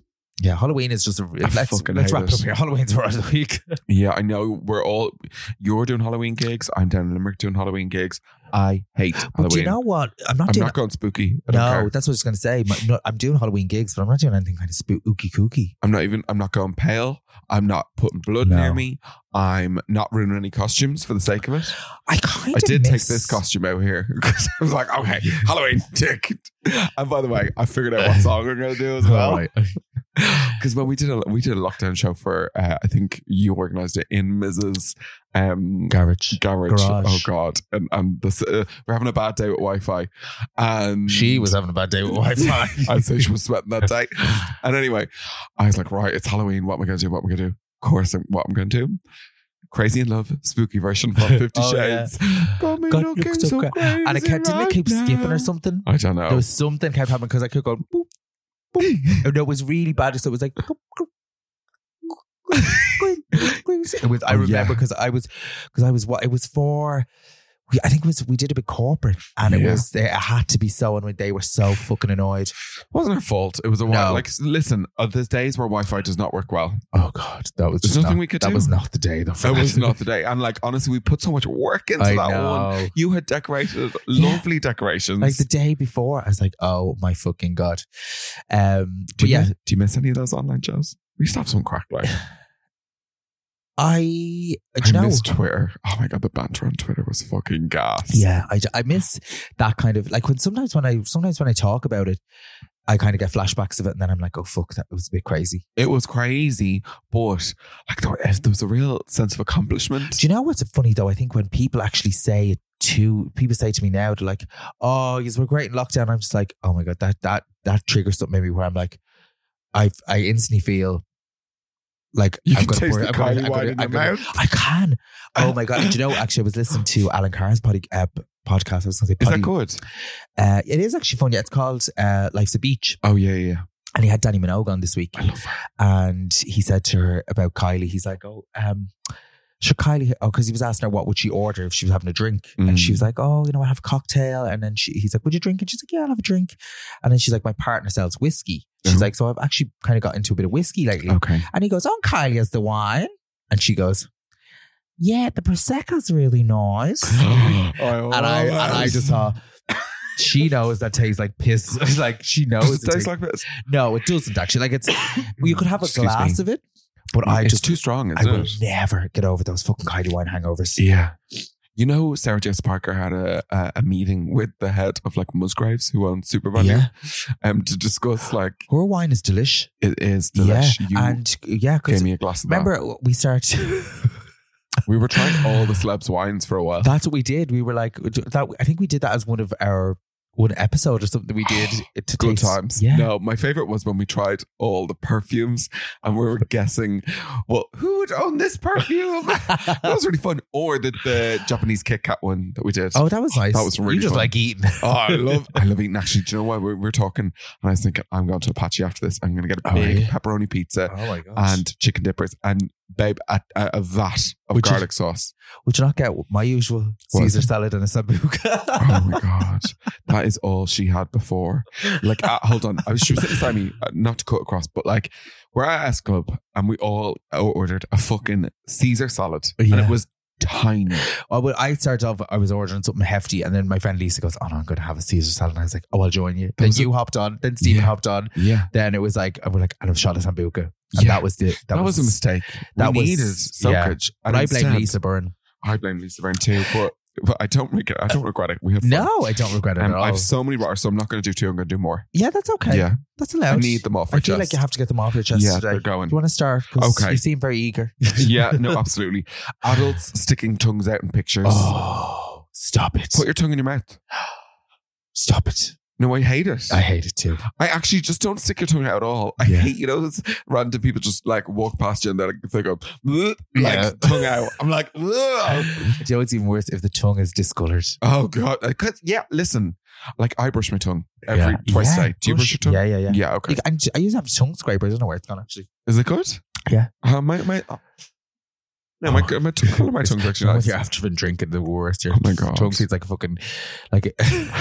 D: Yeah, Halloween is just a. let's
C: fucking
D: let's
C: hate
D: wrap it
C: it.
D: up here. Halloween's for us the week.
C: Yeah, I know we're all you're doing Halloween gigs. I'm down in Limerick doing Halloween gigs. I hate Halloween.
D: But do you know what? I'm not
C: I'm
D: doing
C: not going spooky. I don't
D: No,
C: care.
D: that's what I was going to say. My, no, I'm doing Halloween gigs, but I'm not doing anything kind of spooky kooky.
C: I'm not even. I'm not going pale. I'm not putting blood
D: No.
C: near me. I'm not ruining any costumes for the sake of it.
D: I kind
C: I
D: of
C: did
D: miss-
C: take this costume out here because I was like, okay, Halloween tick. And by the way, I figured out what song I'm going to do as well.
D: Alright.
C: Because when we did a we did a lockdown show for uh, I think you organised it in Mrs. Um,
D: Garage.
C: Garage.
D: Garage.
C: Oh God! And and this, uh, we're having a bad day with Wi-Fi. And
D: She was having a bad day with Wi-Fi.
C: I'd say she was sweating that day. And anyway, I was like, right, it's Halloween. What am I going to do? What am I going to do? Of course, I'm- what I'm going to do. Crazy in Love, spooky version from Fifty
D: Oh, yeah.
C: Shades. Got me
D: God,
C: looking
D: looks so cra-
C: crazy
D: and it kept, didn't it
C: right
D: keep skipping
C: now.
D: or something?
C: I don't know.
D: There was something kept happening because I kept going boop, boop. no, it was really bad. So it was like. boop, boop, boop, boop, boop, boop. It was, I
C: Oh, yeah.
D: remember because I was, because I was what it was for. We, I think it was we did a bit corporate, and it
C: Yeah.
D: was it had to be so, and they were so fucking annoyed.
C: wasn't her fault. It was a while.
D: No.
C: Like, s- listen, uh, there's days where Wi-Fi does not work well.
D: Oh god, that was
C: There's
D: just
C: nothing
D: not-
C: we could
D: That
C: do.
D: was not the day. Though, for
C: It was
D: that.
C: not the day. And like, honestly, we put so much work into
D: I
C: that
D: know.
C: one. You had decorated
D: Yeah.
C: lovely decorations.
D: Like the day before, I was like, "Oh my fucking god!" Um,
C: do
D: but
C: you
D: yeah,
C: miss, do you miss any of those online shows? We used to have some crack like.
D: I do
C: I
D: you know,
C: miss Twitter. Oh my god, the banter on Twitter was fucking gas.
D: yeah, I, I miss that kind of like when sometimes when I sometimes when I talk about it, I kind of get flashbacks of it, and then I'm like, "Oh fuck, that was a bit crazy."
C: It was crazy, but like there was, there was a real sense of accomplishment.
D: Do you know what's funny though? I think when people actually say it to people say to me now, they're like, "Oh, yes, we're great in lockdown." I'm just like, "Oh my god, that that that triggers something maybe where I'm like, I I instantly feel like
C: You
D: I'm
C: can taste the
D: gonna-
C: Kylie wine in
D: I'm
C: your
D: gonna-
C: mouth.
D: I can. Oh my god! Do you know? Actually, I was listening to Alan Carr's pod, uh, podcast. I was going to say,
C: Is that
D: poddy-
C: good?
D: Uh, it is actually fun. Yeah, it's called uh, "Life's a Beach,"
C: Oh yeah, yeah.
D: and he had Danny Minogue on this week
C: I love her.
D: and he said to her about Kylie, he's like, oh, um, sure, Kylie, oh, because he was asking her what would she order if she was having a drink, and she
C: Mm.
D: was like, oh, you know, I have a cocktail, and then she, he's like, would you drink? And she's like, yeah, I'll have a drink, and then she's like, my partner sells whiskey. She's
C: Mhm.
D: like, so I've actually kind of got into a bit of whiskey lately,
C: Okay.
D: and he goes, oh, Kylie has the wine, and she goes, yeah, the prosecco's really nice
C: Oh,
D: and I and I just saw she knows that tastes like piss. like she knows
C: Does it taste like piss?
D: No, it doesn't actually. Like it's well, you could have a
C: Excuse
D: glass
C: me.
D: of it, but I
C: it's
D: just
C: too strong,
D: I
C: isn't
D: will
C: it?
D: never get over those fucking Kylie wine hangovers.
C: Yeah. You know, Sarah Jess Parker had a, a a meeting with the head of like Musgraves, who owns Supervalue,
D: Yeah.
C: um, to discuss like
D: Her wine is delish.
C: it is delish.
D: Yeah,
C: You
D: and yeah,
C: gave
D: because
C: me a glass of that.
D: remember we started.
C: we were trying all the celebs wines for a while.
D: that's what we did. We were like that. I think we did that as one of our one episode or something. We did to
C: Good
D: taste-
C: times.
D: Yeah.
C: No, my favorite was when we tried all the perfumes and we were guessing, well, who would own this perfume? that was really fun. Or the, the Japanese Kit Kat one that we did.
D: Oh, that was nice.
C: That was really
D: You just
C: fun.
D: like eating.
C: Oh, I love, I love eating. Actually, do you know why we we were talking? And I was thinking, I'm going to Apache after this. I'm going to get a
D: Oh,
C: big
D: yeah.
C: pepperoni pizza
D: Oh my god!
C: and chicken dippers and babe a, a, a vat of
D: Which is-
C: garlic sauce.
D: Would you not get my usual
C: What?
D: Caesar salad and a sambuca?
C: Oh my god, that is all she had before. Like, uh, hold on, I was she was sitting beside me, uh, not to cut across, but like we're at S Club and we all o- ordered a fucking Caesar salad, and
D: Yeah.
C: it was tiny.
D: I, would, I started off, I was ordering something hefty, and then my friend Lisa goes, Oh, no, I'm going to have a Caesar salad. And I was like, Oh, I'll join you. Then
C: was a-
D: you hopped on, then Stephen
C: Yeah.
D: hopped on.
C: Yeah,
D: Then it was like, I was like, and I've shot a sambuca. And
C: Yeah.
D: that was the, that,
C: that, was, a mistake.
D: that
C: we
D: was-
C: needed
D: yeah.
C: soakage,
D: But I blame Lisa Byrne.
C: I blame Lisa Byrne too, but but I don't regret. I don't regret it. We have fun.
D: No, I don't regret it
C: Um,
D: at all.
C: I have so many bars, so I'm not going to do two. I'm going to do more.
D: yeah, that's okay.
C: Yeah,
D: That's
C: I
D: allowed.
C: need them off.
D: I feel like you have to get them off your chest
C: Yeah,
D: today.
C: they're going.
D: Do you want to start? 'Cause
C: Okay.
D: You seem very eager.
C: yeah, no, absolutely. Adults sticking tongues out in pictures.
D: Oh, stop it.
C: Put your tongue in your mouth.
D: Stop it.
C: No, I hate it.
D: I hate it too.
C: I actually just don't stick your tongue out at all. I
D: Yeah.
C: hate, you know, those random people just like walk past you and they're like, they go, "Bleh," like
D: Yeah.
C: tongue out. I'm like, "Ugh."
D: Do you know what's even worse? If the tongue is discolored.
C: oh God. I could- yeah, listen, like I brush my tongue every
D: Yeah.
C: twice
D: Yeah,
C: a day. Do you brush your tongue?
D: Yeah, yeah, yeah.
C: Yeah, okay.
D: Like, I'm, I used to have a tongue scraper. I don't know where it's gone actually.
C: Is it good?
D: Yeah. Oh.
C: Uh, my, my, oh. no, my, my, tongue, colour of my tongue's actually nice.
D: If you're after been drinking the worst, your
C: Oh my God.
D: tongue feels like a fucking like a,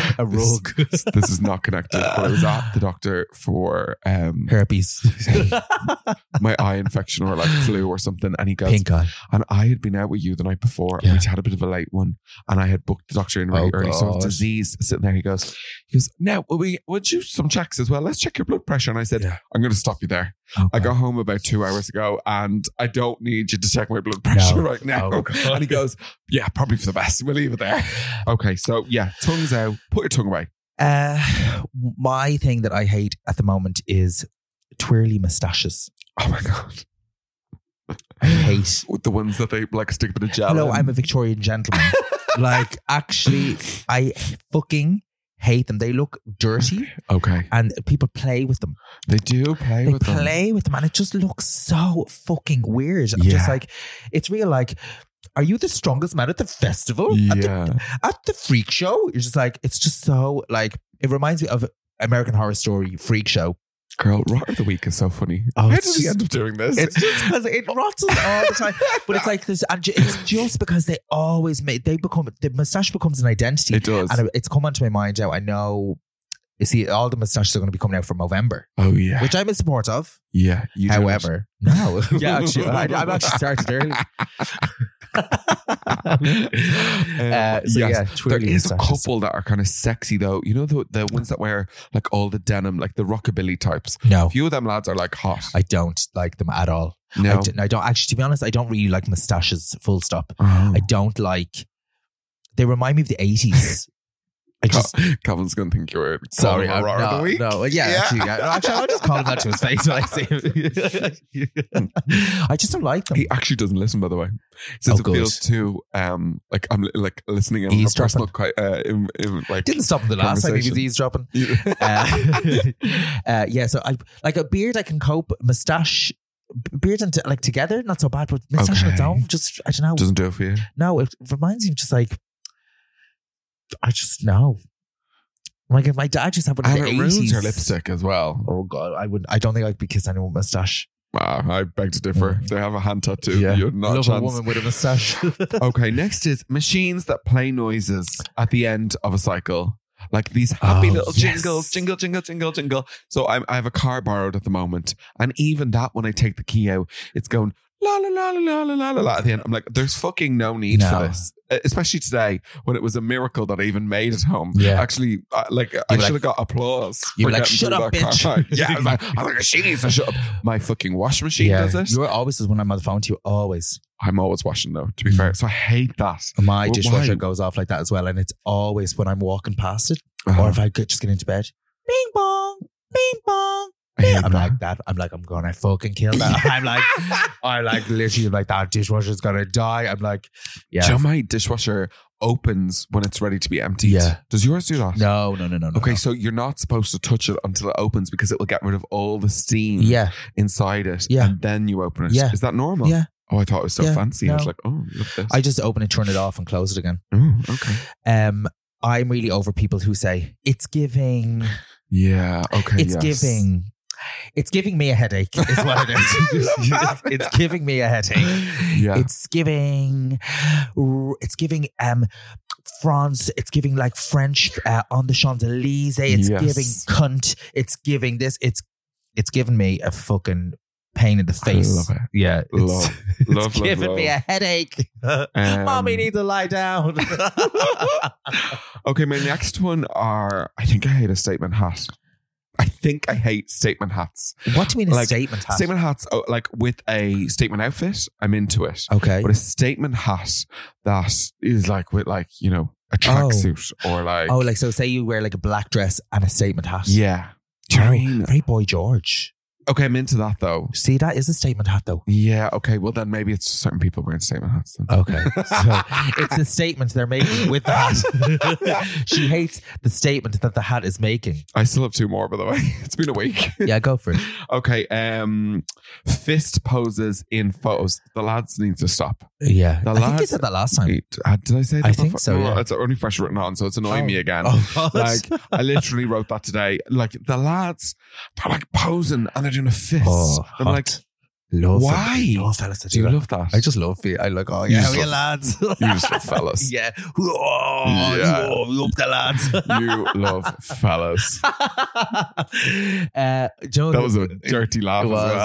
D: a rug.
C: This is not connected, but I was at the doctor for um,
D: herpes,
C: my eye infection or like flu or something, and he goes,
D: pink eye.
C: And I had been out with you the night before, and
D: Yeah.
C: we'd had a bit of a late one, and I had booked the doctor in really
D: Oh,
C: early. So I
D: God.
C: was diseased, sitting there. He goes, he goes, now will we would you some checks as well? Let's check your blood pressure. And I said,
D: Yeah.
C: I'm going to stop you there. I got home about two hours ago, and I don't need you to check my blood pressure right now.
D: Oh, God.
C: and he goes, yeah, probably for the best. We'll leave it there. Okay, so yeah, tongues out. Put your tongue away.
D: Uh, my thing that I hate at the moment is twirly mustaches.
C: Oh my god,
D: I hate.
C: With the ones that they like stick a bit of gel.
D: Hello,
C: in.
D: I'm a Victorian gentleman. like, actually, I fucking hate them. They look dirty,
C: okay.
D: and people play with them.
C: They do play
D: they
C: with them.
D: play with them and it just looks so fucking weird. I'm
C: Yeah.
D: just like, it's real like, are you the strongest man at the festival? At,
C: Yeah.
D: the, at the freak show? You're just like, it's just so like, it reminds me of American Horror Story freak show.
C: Girl, Rot of the Week is so funny.
D: Oh,
C: How
D: it's
C: did we
D: just-
C: end up doing this?
D: It's just because it rots us all the time. But it's like this, and ju- it's just because they always make they become the mustache becomes an identity.
C: It does.
D: and it- it's come onto my mind now. I know. You see, all the mustaches are going to be coming out for November,
C: oh, yeah.
D: which I'm in support of.
C: yeah. You do
D: However, no, yeah, actually, I, I'm actually started early. Uh, so yeah,
C: Uh, there
D: twirly
C: is a
D: mustaches.
C: couple that are kind of sexy though. You know the the ones that wear like all the denim, like the rockabilly types.
D: No,
C: A few of them lads are like hot.
D: I don't like them at all. I,
C: no,
D: don't, I don't actually. To be honest, I don't really like mustaches. Full stop.
C: Oh.
D: I don't like. They remind me of the eighties. I
C: Cal-
D: just
C: Calvin's gonna think you were
D: sorry.
C: calling
D: I'm
C: him Rara of
D: no,
C: the week.
D: no, yeah, Actually, yeah. No, actually, I'll just call him that to his face when I see him. I just don't like them.
C: He actually doesn't listen, by the way.
D: Oh,
C: Since it feels too um like I'm li- like listening in on a
D: Eavesdropping.
C: personal qui- uh, in, in, like
D: Didn't stop him the last time he was eavesdropping.
C: conversation.
D: uh, uh, yeah, so I like a beard. I can cope. Mustache, beard and t- like together, not so bad. But mustache on its
C: Okay.
D: own, just I don't know.
C: doesn't do it for you.
D: No, it reminds me of just like I just know. Like if my dad just had one of
C: And
D: the
C: it ruins her
D: 80s.
C: lipstick as well.
D: Oh god, I wouldn't. I don't think I'd be kissing anyone with mustache.
C: Wow, I beg to differ. They have a hand tattoo. You're not
D: love
C: a chance. Oh,
D: a woman with a mustache.
C: Okay, next is machines that play noises at the end of a cycle. Like these happy
D: Oh,
C: little
D: yes.
C: jingles, jingle, jingle, jingle, jingle. So I'm, I have a car borrowed at the moment. And even that, when I take the key out, it's going la la la la la la la la la at the end. I'm like, there's fucking no need
D: No.
C: for this. Uh, Especially today when it was a miracle that I even made it home.
D: Yeah.
C: Actually, I, like I
D: were
C: should
D: like-
C: have got applause.
D: you
C: for
D: were like,
C: getting
D: "Shut
C: through
D: up,
C: that car
D: bitch."
C: line. Yeah, I was like, I was like, she needs to shut up. My fucking wash machine does it.
D: You're always when I'm on the phone to you. Always,
C: I'm always washing though, to be
D: Mm.
C: fair. So I hate that.
D: my
C: Well,
D: dishwasher
C: why?
D: goes off like that as well, and it's always when I'm walking past it,
C: Uh-huh.
D: or if I could just get into bed. Bing bong, bing bong.
C: I hate
D: I'm
C: that.
D: like that. I'm like, I'm gonna fucking kill that. I'm like, I'm like literally I'm like that dishwasher's gonna die. I'm like,
C: Do you
D: yeah.
C: know my dishwasher opens when it's ready to be emptied?
D: Yeah.
C: Does yours do that?
D: No, no, no, no, no.
C: Okay,
D: no.
C: so you're not supposed to touch it until it opens because it will get rid of all the steam
D: yeah,
C: inside it.
D: Yeah.
C: And then you open it.
D: Yeah.
C: Is that normal?
D: yeah.
C: Oh, I thought it was so
D: Yeah.
C: fancy. I was
D: No.
C: like, oh, look at this.
D: I just open it, turn it off, and close it again.
C: oh, okay.
D: Um, I'm really over people who say it's giving,
C: Yeah. Okay.
D: it's
C: yes.
D: giving, it's giving me a headache. Is what it is.
C: Love that.
D: it's giving me a headache.
C: Yeah.
D: It's giving, it's giving um, France. It's giving like French uh, on the Champs Elysees. It's
C: Yes.
D: giving cunt. It's giving this. It's it's giving me a fucking pain in the face.
C: love it.
D: Yeah, it's,
C: Love,
D: it's
C: love, love,
D: giving me
C: love.
D: a headache.
C: Um,
D: Mommy needs to lie down.
C: Okay, my next one are I think I hate a statement hat. I think I hate statement hats.
D: What do you mean a
C: Like,
D: statement hat?
C: Statement hats, oh, like with a statement outfit, I'm into it.
D: okay.
C: But a statement hat that is like with like you know a tracksuit or like
D: oh, like so say you wear like a black dress and a statement hat.
C: yeah. Do you know
D: Very,
C: what I mean?
D: very boy George.
C: Okay, I'm into that though.
D: See, that is a statement hat though.
C: Yeah. Okay. Well, then maybe it's certain people wearing statement hats. Then.
D: Okay. So it's the statement they're making with that. she hates the statement that the hat is making.
C: I still have two more, by the way. It's been a week.
D: Yeah, go for it.
C: Okay. Um, fist poses in photos. The lads need to stop.
D: Yeah.
C: The
D: I think you
C: lads-
D: said that last time.
C: Wait, uh, did I say that?
D: I think
C: before?
D: so,
C: No,
D: yeah.
C: It's only fresh written on, so it's annoying me again.
D: Oh,
C: Like I literally wrote that today. Like the lads, they're like posing and they're doing a fist. I'm like,
D: love
C: why?
D: Oh, fellas, to
C: do you love that?
D: I just love it. I like, oh,
C: You
D: yeah,
C: just
D: how are you
C: love-
D: lads?
C: you just love fellas.
D: yeah. Oh,
C: Yeah.
D: yeah. love the lads.
C: you love fellas.
D: uh, do you know
C: That was a
D: it
C: dirty laugh
D: was,
C: as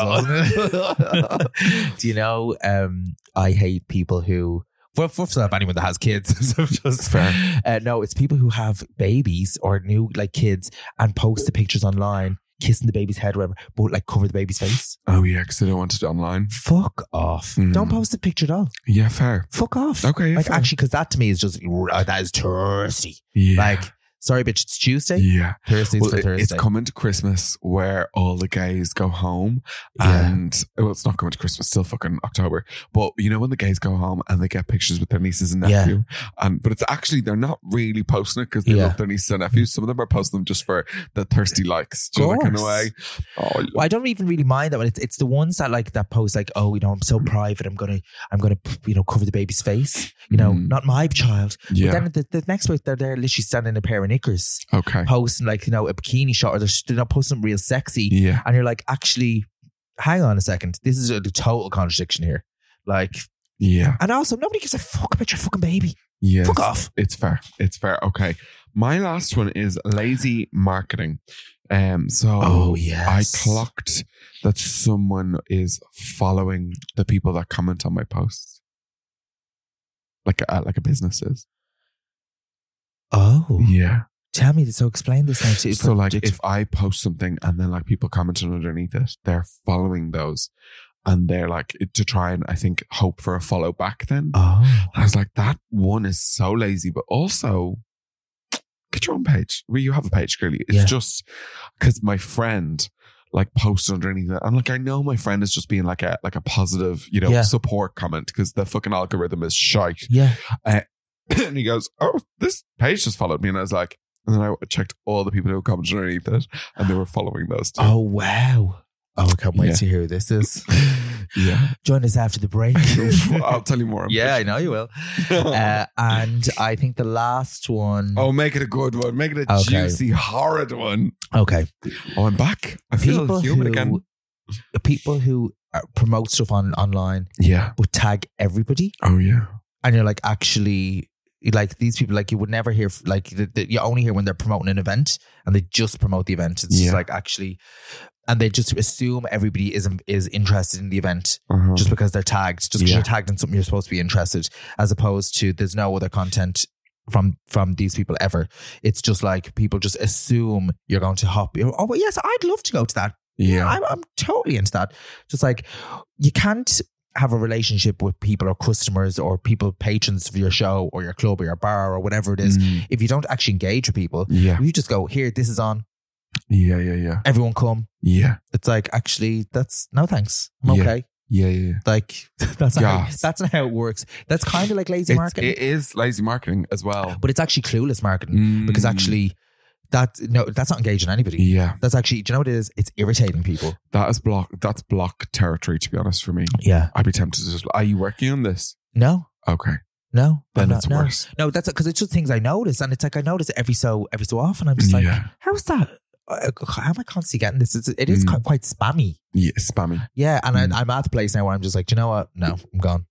C: well.
D: wasn't it? do you know? Um, I hate people who. Well, first of all, anyone that has kids, so just
C: Fair.
D: Uh, no, it's people who have babies or new like kids and post the pictures online, kissing the baby's head, or whatever, but like cover the baby's face.
C: Oh yeah, because I don't want it online.
D: Fuck off!
C: Mm.
D: Don't post the picture at all.
C: Yeah, fair.
D: Fuck off.
C: Okay, yeah,
D: Like
C: fair.
D: actually, because that to me is just uh, that is thirsty.
C: Yeah.
D: Like, sorry, bitch, it's Tuesday.
C: yeah.
D: Thursday's
C: Well,
D: for
C: it-
D: Thursday.
C: it's coming to Christmas where all the gays go home
D: Yeah.
C: and well it's not coming to Christmas, still fucking October. But you know when the gays go home and they get pictures with their nieces and
D: Yeah.
C: nephew. And but it's actually they're not really posting it because they
D: Yeah.
C: love their nieces and nephews. Some of them are posting them just for the thirsty likes. Do you know that kind of way?
D: Course.
C: Oh
D: Well, I don't even really mind that one. It's it's the ones that like that post like, oh, you know, I'm so
C: Mm.
D: private. I'm gonna I'm gonna you know cover the baby's face. You know,
C: Mm.
D: not my child.
C: yeah.
D: But then the, the next week they're there literally standing in a pair of knickers,
C: Okay.
D: posting like you know a bikini shot, or they're, they're not posting something real sexy,
C: Yeah.
D: and you're like, actually, hang on a second, this is a total contradiction here. Like,
C: Yeah.
D: and also nobody gives a fuck about your fucking baby.
C: Yes.
D: Fuck off.
C: It's fair. It's fair. Okay. My last one is lazy marketing. Um, so
D: Oh, yes.
C: I clocked that someone is following the people that comment on my posts, like uh, like a business is.
D: Oh,
C: Yeah.
D: tell me. So explain this now. To,
C: so like if I post something and then like people comment on underneath it, they're following those, and they're like to try and I think hope for a follow back. Then
D: oh,
C: I was like, that one is so lazy, but also get your own page. Well, you have a page, clearly. It's
D: Yeah.
C: just because my friend like posted underneath it. I'm like, I know my friend is just being like a like a positive, you know,
D: Yeah.
C: support comment because the fucking algorithm is shite.
D: yeah,
C: and he goes, Oh, this page just followed me. And I was like, and then I checked all the people who commented underneath it and they were following those two.
D: oh wow. Oh, I can't wait
C: Yeah.
D: to hear who this is.
C: Yeah.
D: Join us after the break.
C: I'll tell you more.
D: yeah, I know you will. Uh, and I think the last one.
C: oh, make it a good one. Make it a
D: Okay.
C: juicy, horrid one.
D: okay.
C: Oh, I'm back. I feel human again.
D: people who uh, promote stuff on online
C: Yeah.
D: would tag everybody,
C: Oh, yeah.
D: and you're like, actually, like these people, like you would never hear, f- like the, the, you only hear when they're promoting an event, and they just promote the event. It's
C: Yeah.
D: just like actually, and they just assume everybody is is interested in the event
C: Uh-huh.
D: just because they're tagged, just because
C: Yeah.
D: you're tagged in something you're supposed to be interested, as opposed to there's no other content from from these people ever. It's just like people just assume you're going to hop. you're, Oh, well, yes, I'd love to go to that.
C: yeah.
D: I'm, I'm totally into that. Just like you can't have a relationship with people or customers or people patrons of your show or your club or your bar or whatever it is
C: Mm.
D: if you don't actually engage with people.
C: yeah.
D: You just go here. This is on.
C: Yeah. Yeah. Yeah.
D: Everyone come.
C: Yeah.
D: It's like actually that's no thanks. I'm
C: Yeah.
D: okay.
C: Yeah. Yeah. yeah.
D: Like that's not how,
C: Yes.
D: that's not how it works. That's kind of like lazy
C: It's,
D: marketing,
C: it is lazy marketing as well.
D: but it's actually clueless marketing because
C: Mm.
D: actually that no, that's not engaging anybody.
C: Yeah.
D: That's actually, do you know what it is? It's irritating people.
C: That is block. That's block territory, to be honest, for me.
D: Yeah.
C: I'd be tempted to just. Are you working on this?
D: No.
C: Okay,
D: No.
C: then
D: I'm not-
C: it's
D: no.
C: worse.
D: No, that's because it's just things I notice, and it's like I notice it every so every so often. I'm just like,
C: yeah,
D: how is that? Uh, How am I constantly getting this? It's, it is quite,
C: Mm.
D: quite spammy.
C: yeah, spammy.
D: Yeah, and
C: Mm.
D: I, I'm at the place now where I'm just like, do you know what? No, I'm gone.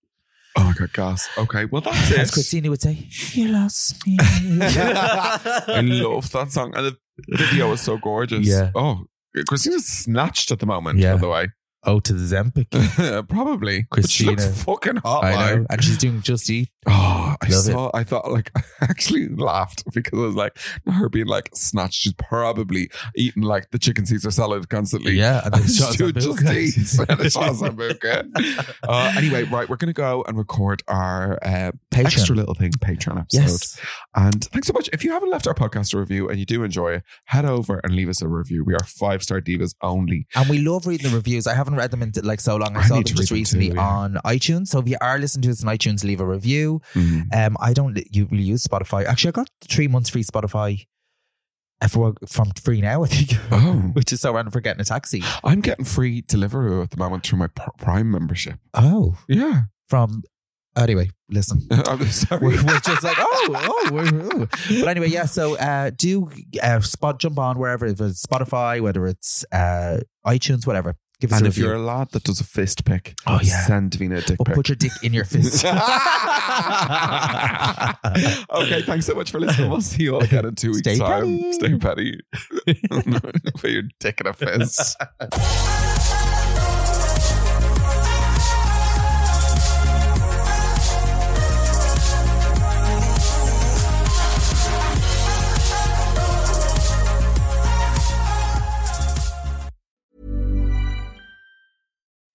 C: Oh my god, gas. Okay, well that's
D: As
C: it.
D: Christina would say, you lost me.
C: I love that song, and the video is so gorgeous.
D: Yeah.
C: Oh, Christina's snatched at the moment.
D: Yeah.
C: By the way,
D: Oh, to the Zempic. Oh,
C: probably. But she looks
D: Christina.
C: fucking hot.
D: I know.
C: like.
D: And she's doing Just Eat.
C: Oh, I
D: Love it.
C: saw. I thought like I actually laughed because I was like her being like snatched. She's probably eating like the chicken Caesar salad constantly.
D: Yeah. And
C: And
D: then
C: it's
D: shots
C: Dude,
D: on
C: just
D: Bill Gates.
C: these. And it's just a buka. Uh, anyway, right, we're going to go and record our uh,
D: Patreon.
C: extra little thing Patreon episode.
D: Yes.
C: And thanks so much. If you haven't left our podcast a review and you do enjoy it, head over and leave us a review. We are five star divas only.
D: And we love reading the reviews. I haven't read them in like so long. I,
C: I
D: saw
C: need
D: them
C: to
D: just
C: read them too,
D: recently
C: yeah.
D: on iTunes. So if you are listening to us on iTunes, leave a review. Um, I don't li- you really use Spotify. Actually, I got three months free Spotify for, from free now, I think.
C: Oh.
D: Which is so random for getting a taxi.
C: I'm getting free Deliveroo at the moment through my pr- Prime membership.
D: Oh,
C: Yeah.
D: from anyway, listen.
C: I'm sorry.
D: we're, we're just like oh oh, we're, oh. but anyway yeah so uh do uh spot jump on wherever if it's spotify whether it's uh itunes whatever give us
C: and
D: a
C: if
D: review
C: you're a lad that does a fist pick,
D: Oh, yeah.
C: send Davina a dick
D: or
C: pic.
D: put your dick in your fist
C: okay, thanks so much for listening. We'll see you all again in two weeks'
D: Stay
C: time.
D: petty.
C: Stay petty. Put your dick in a fist.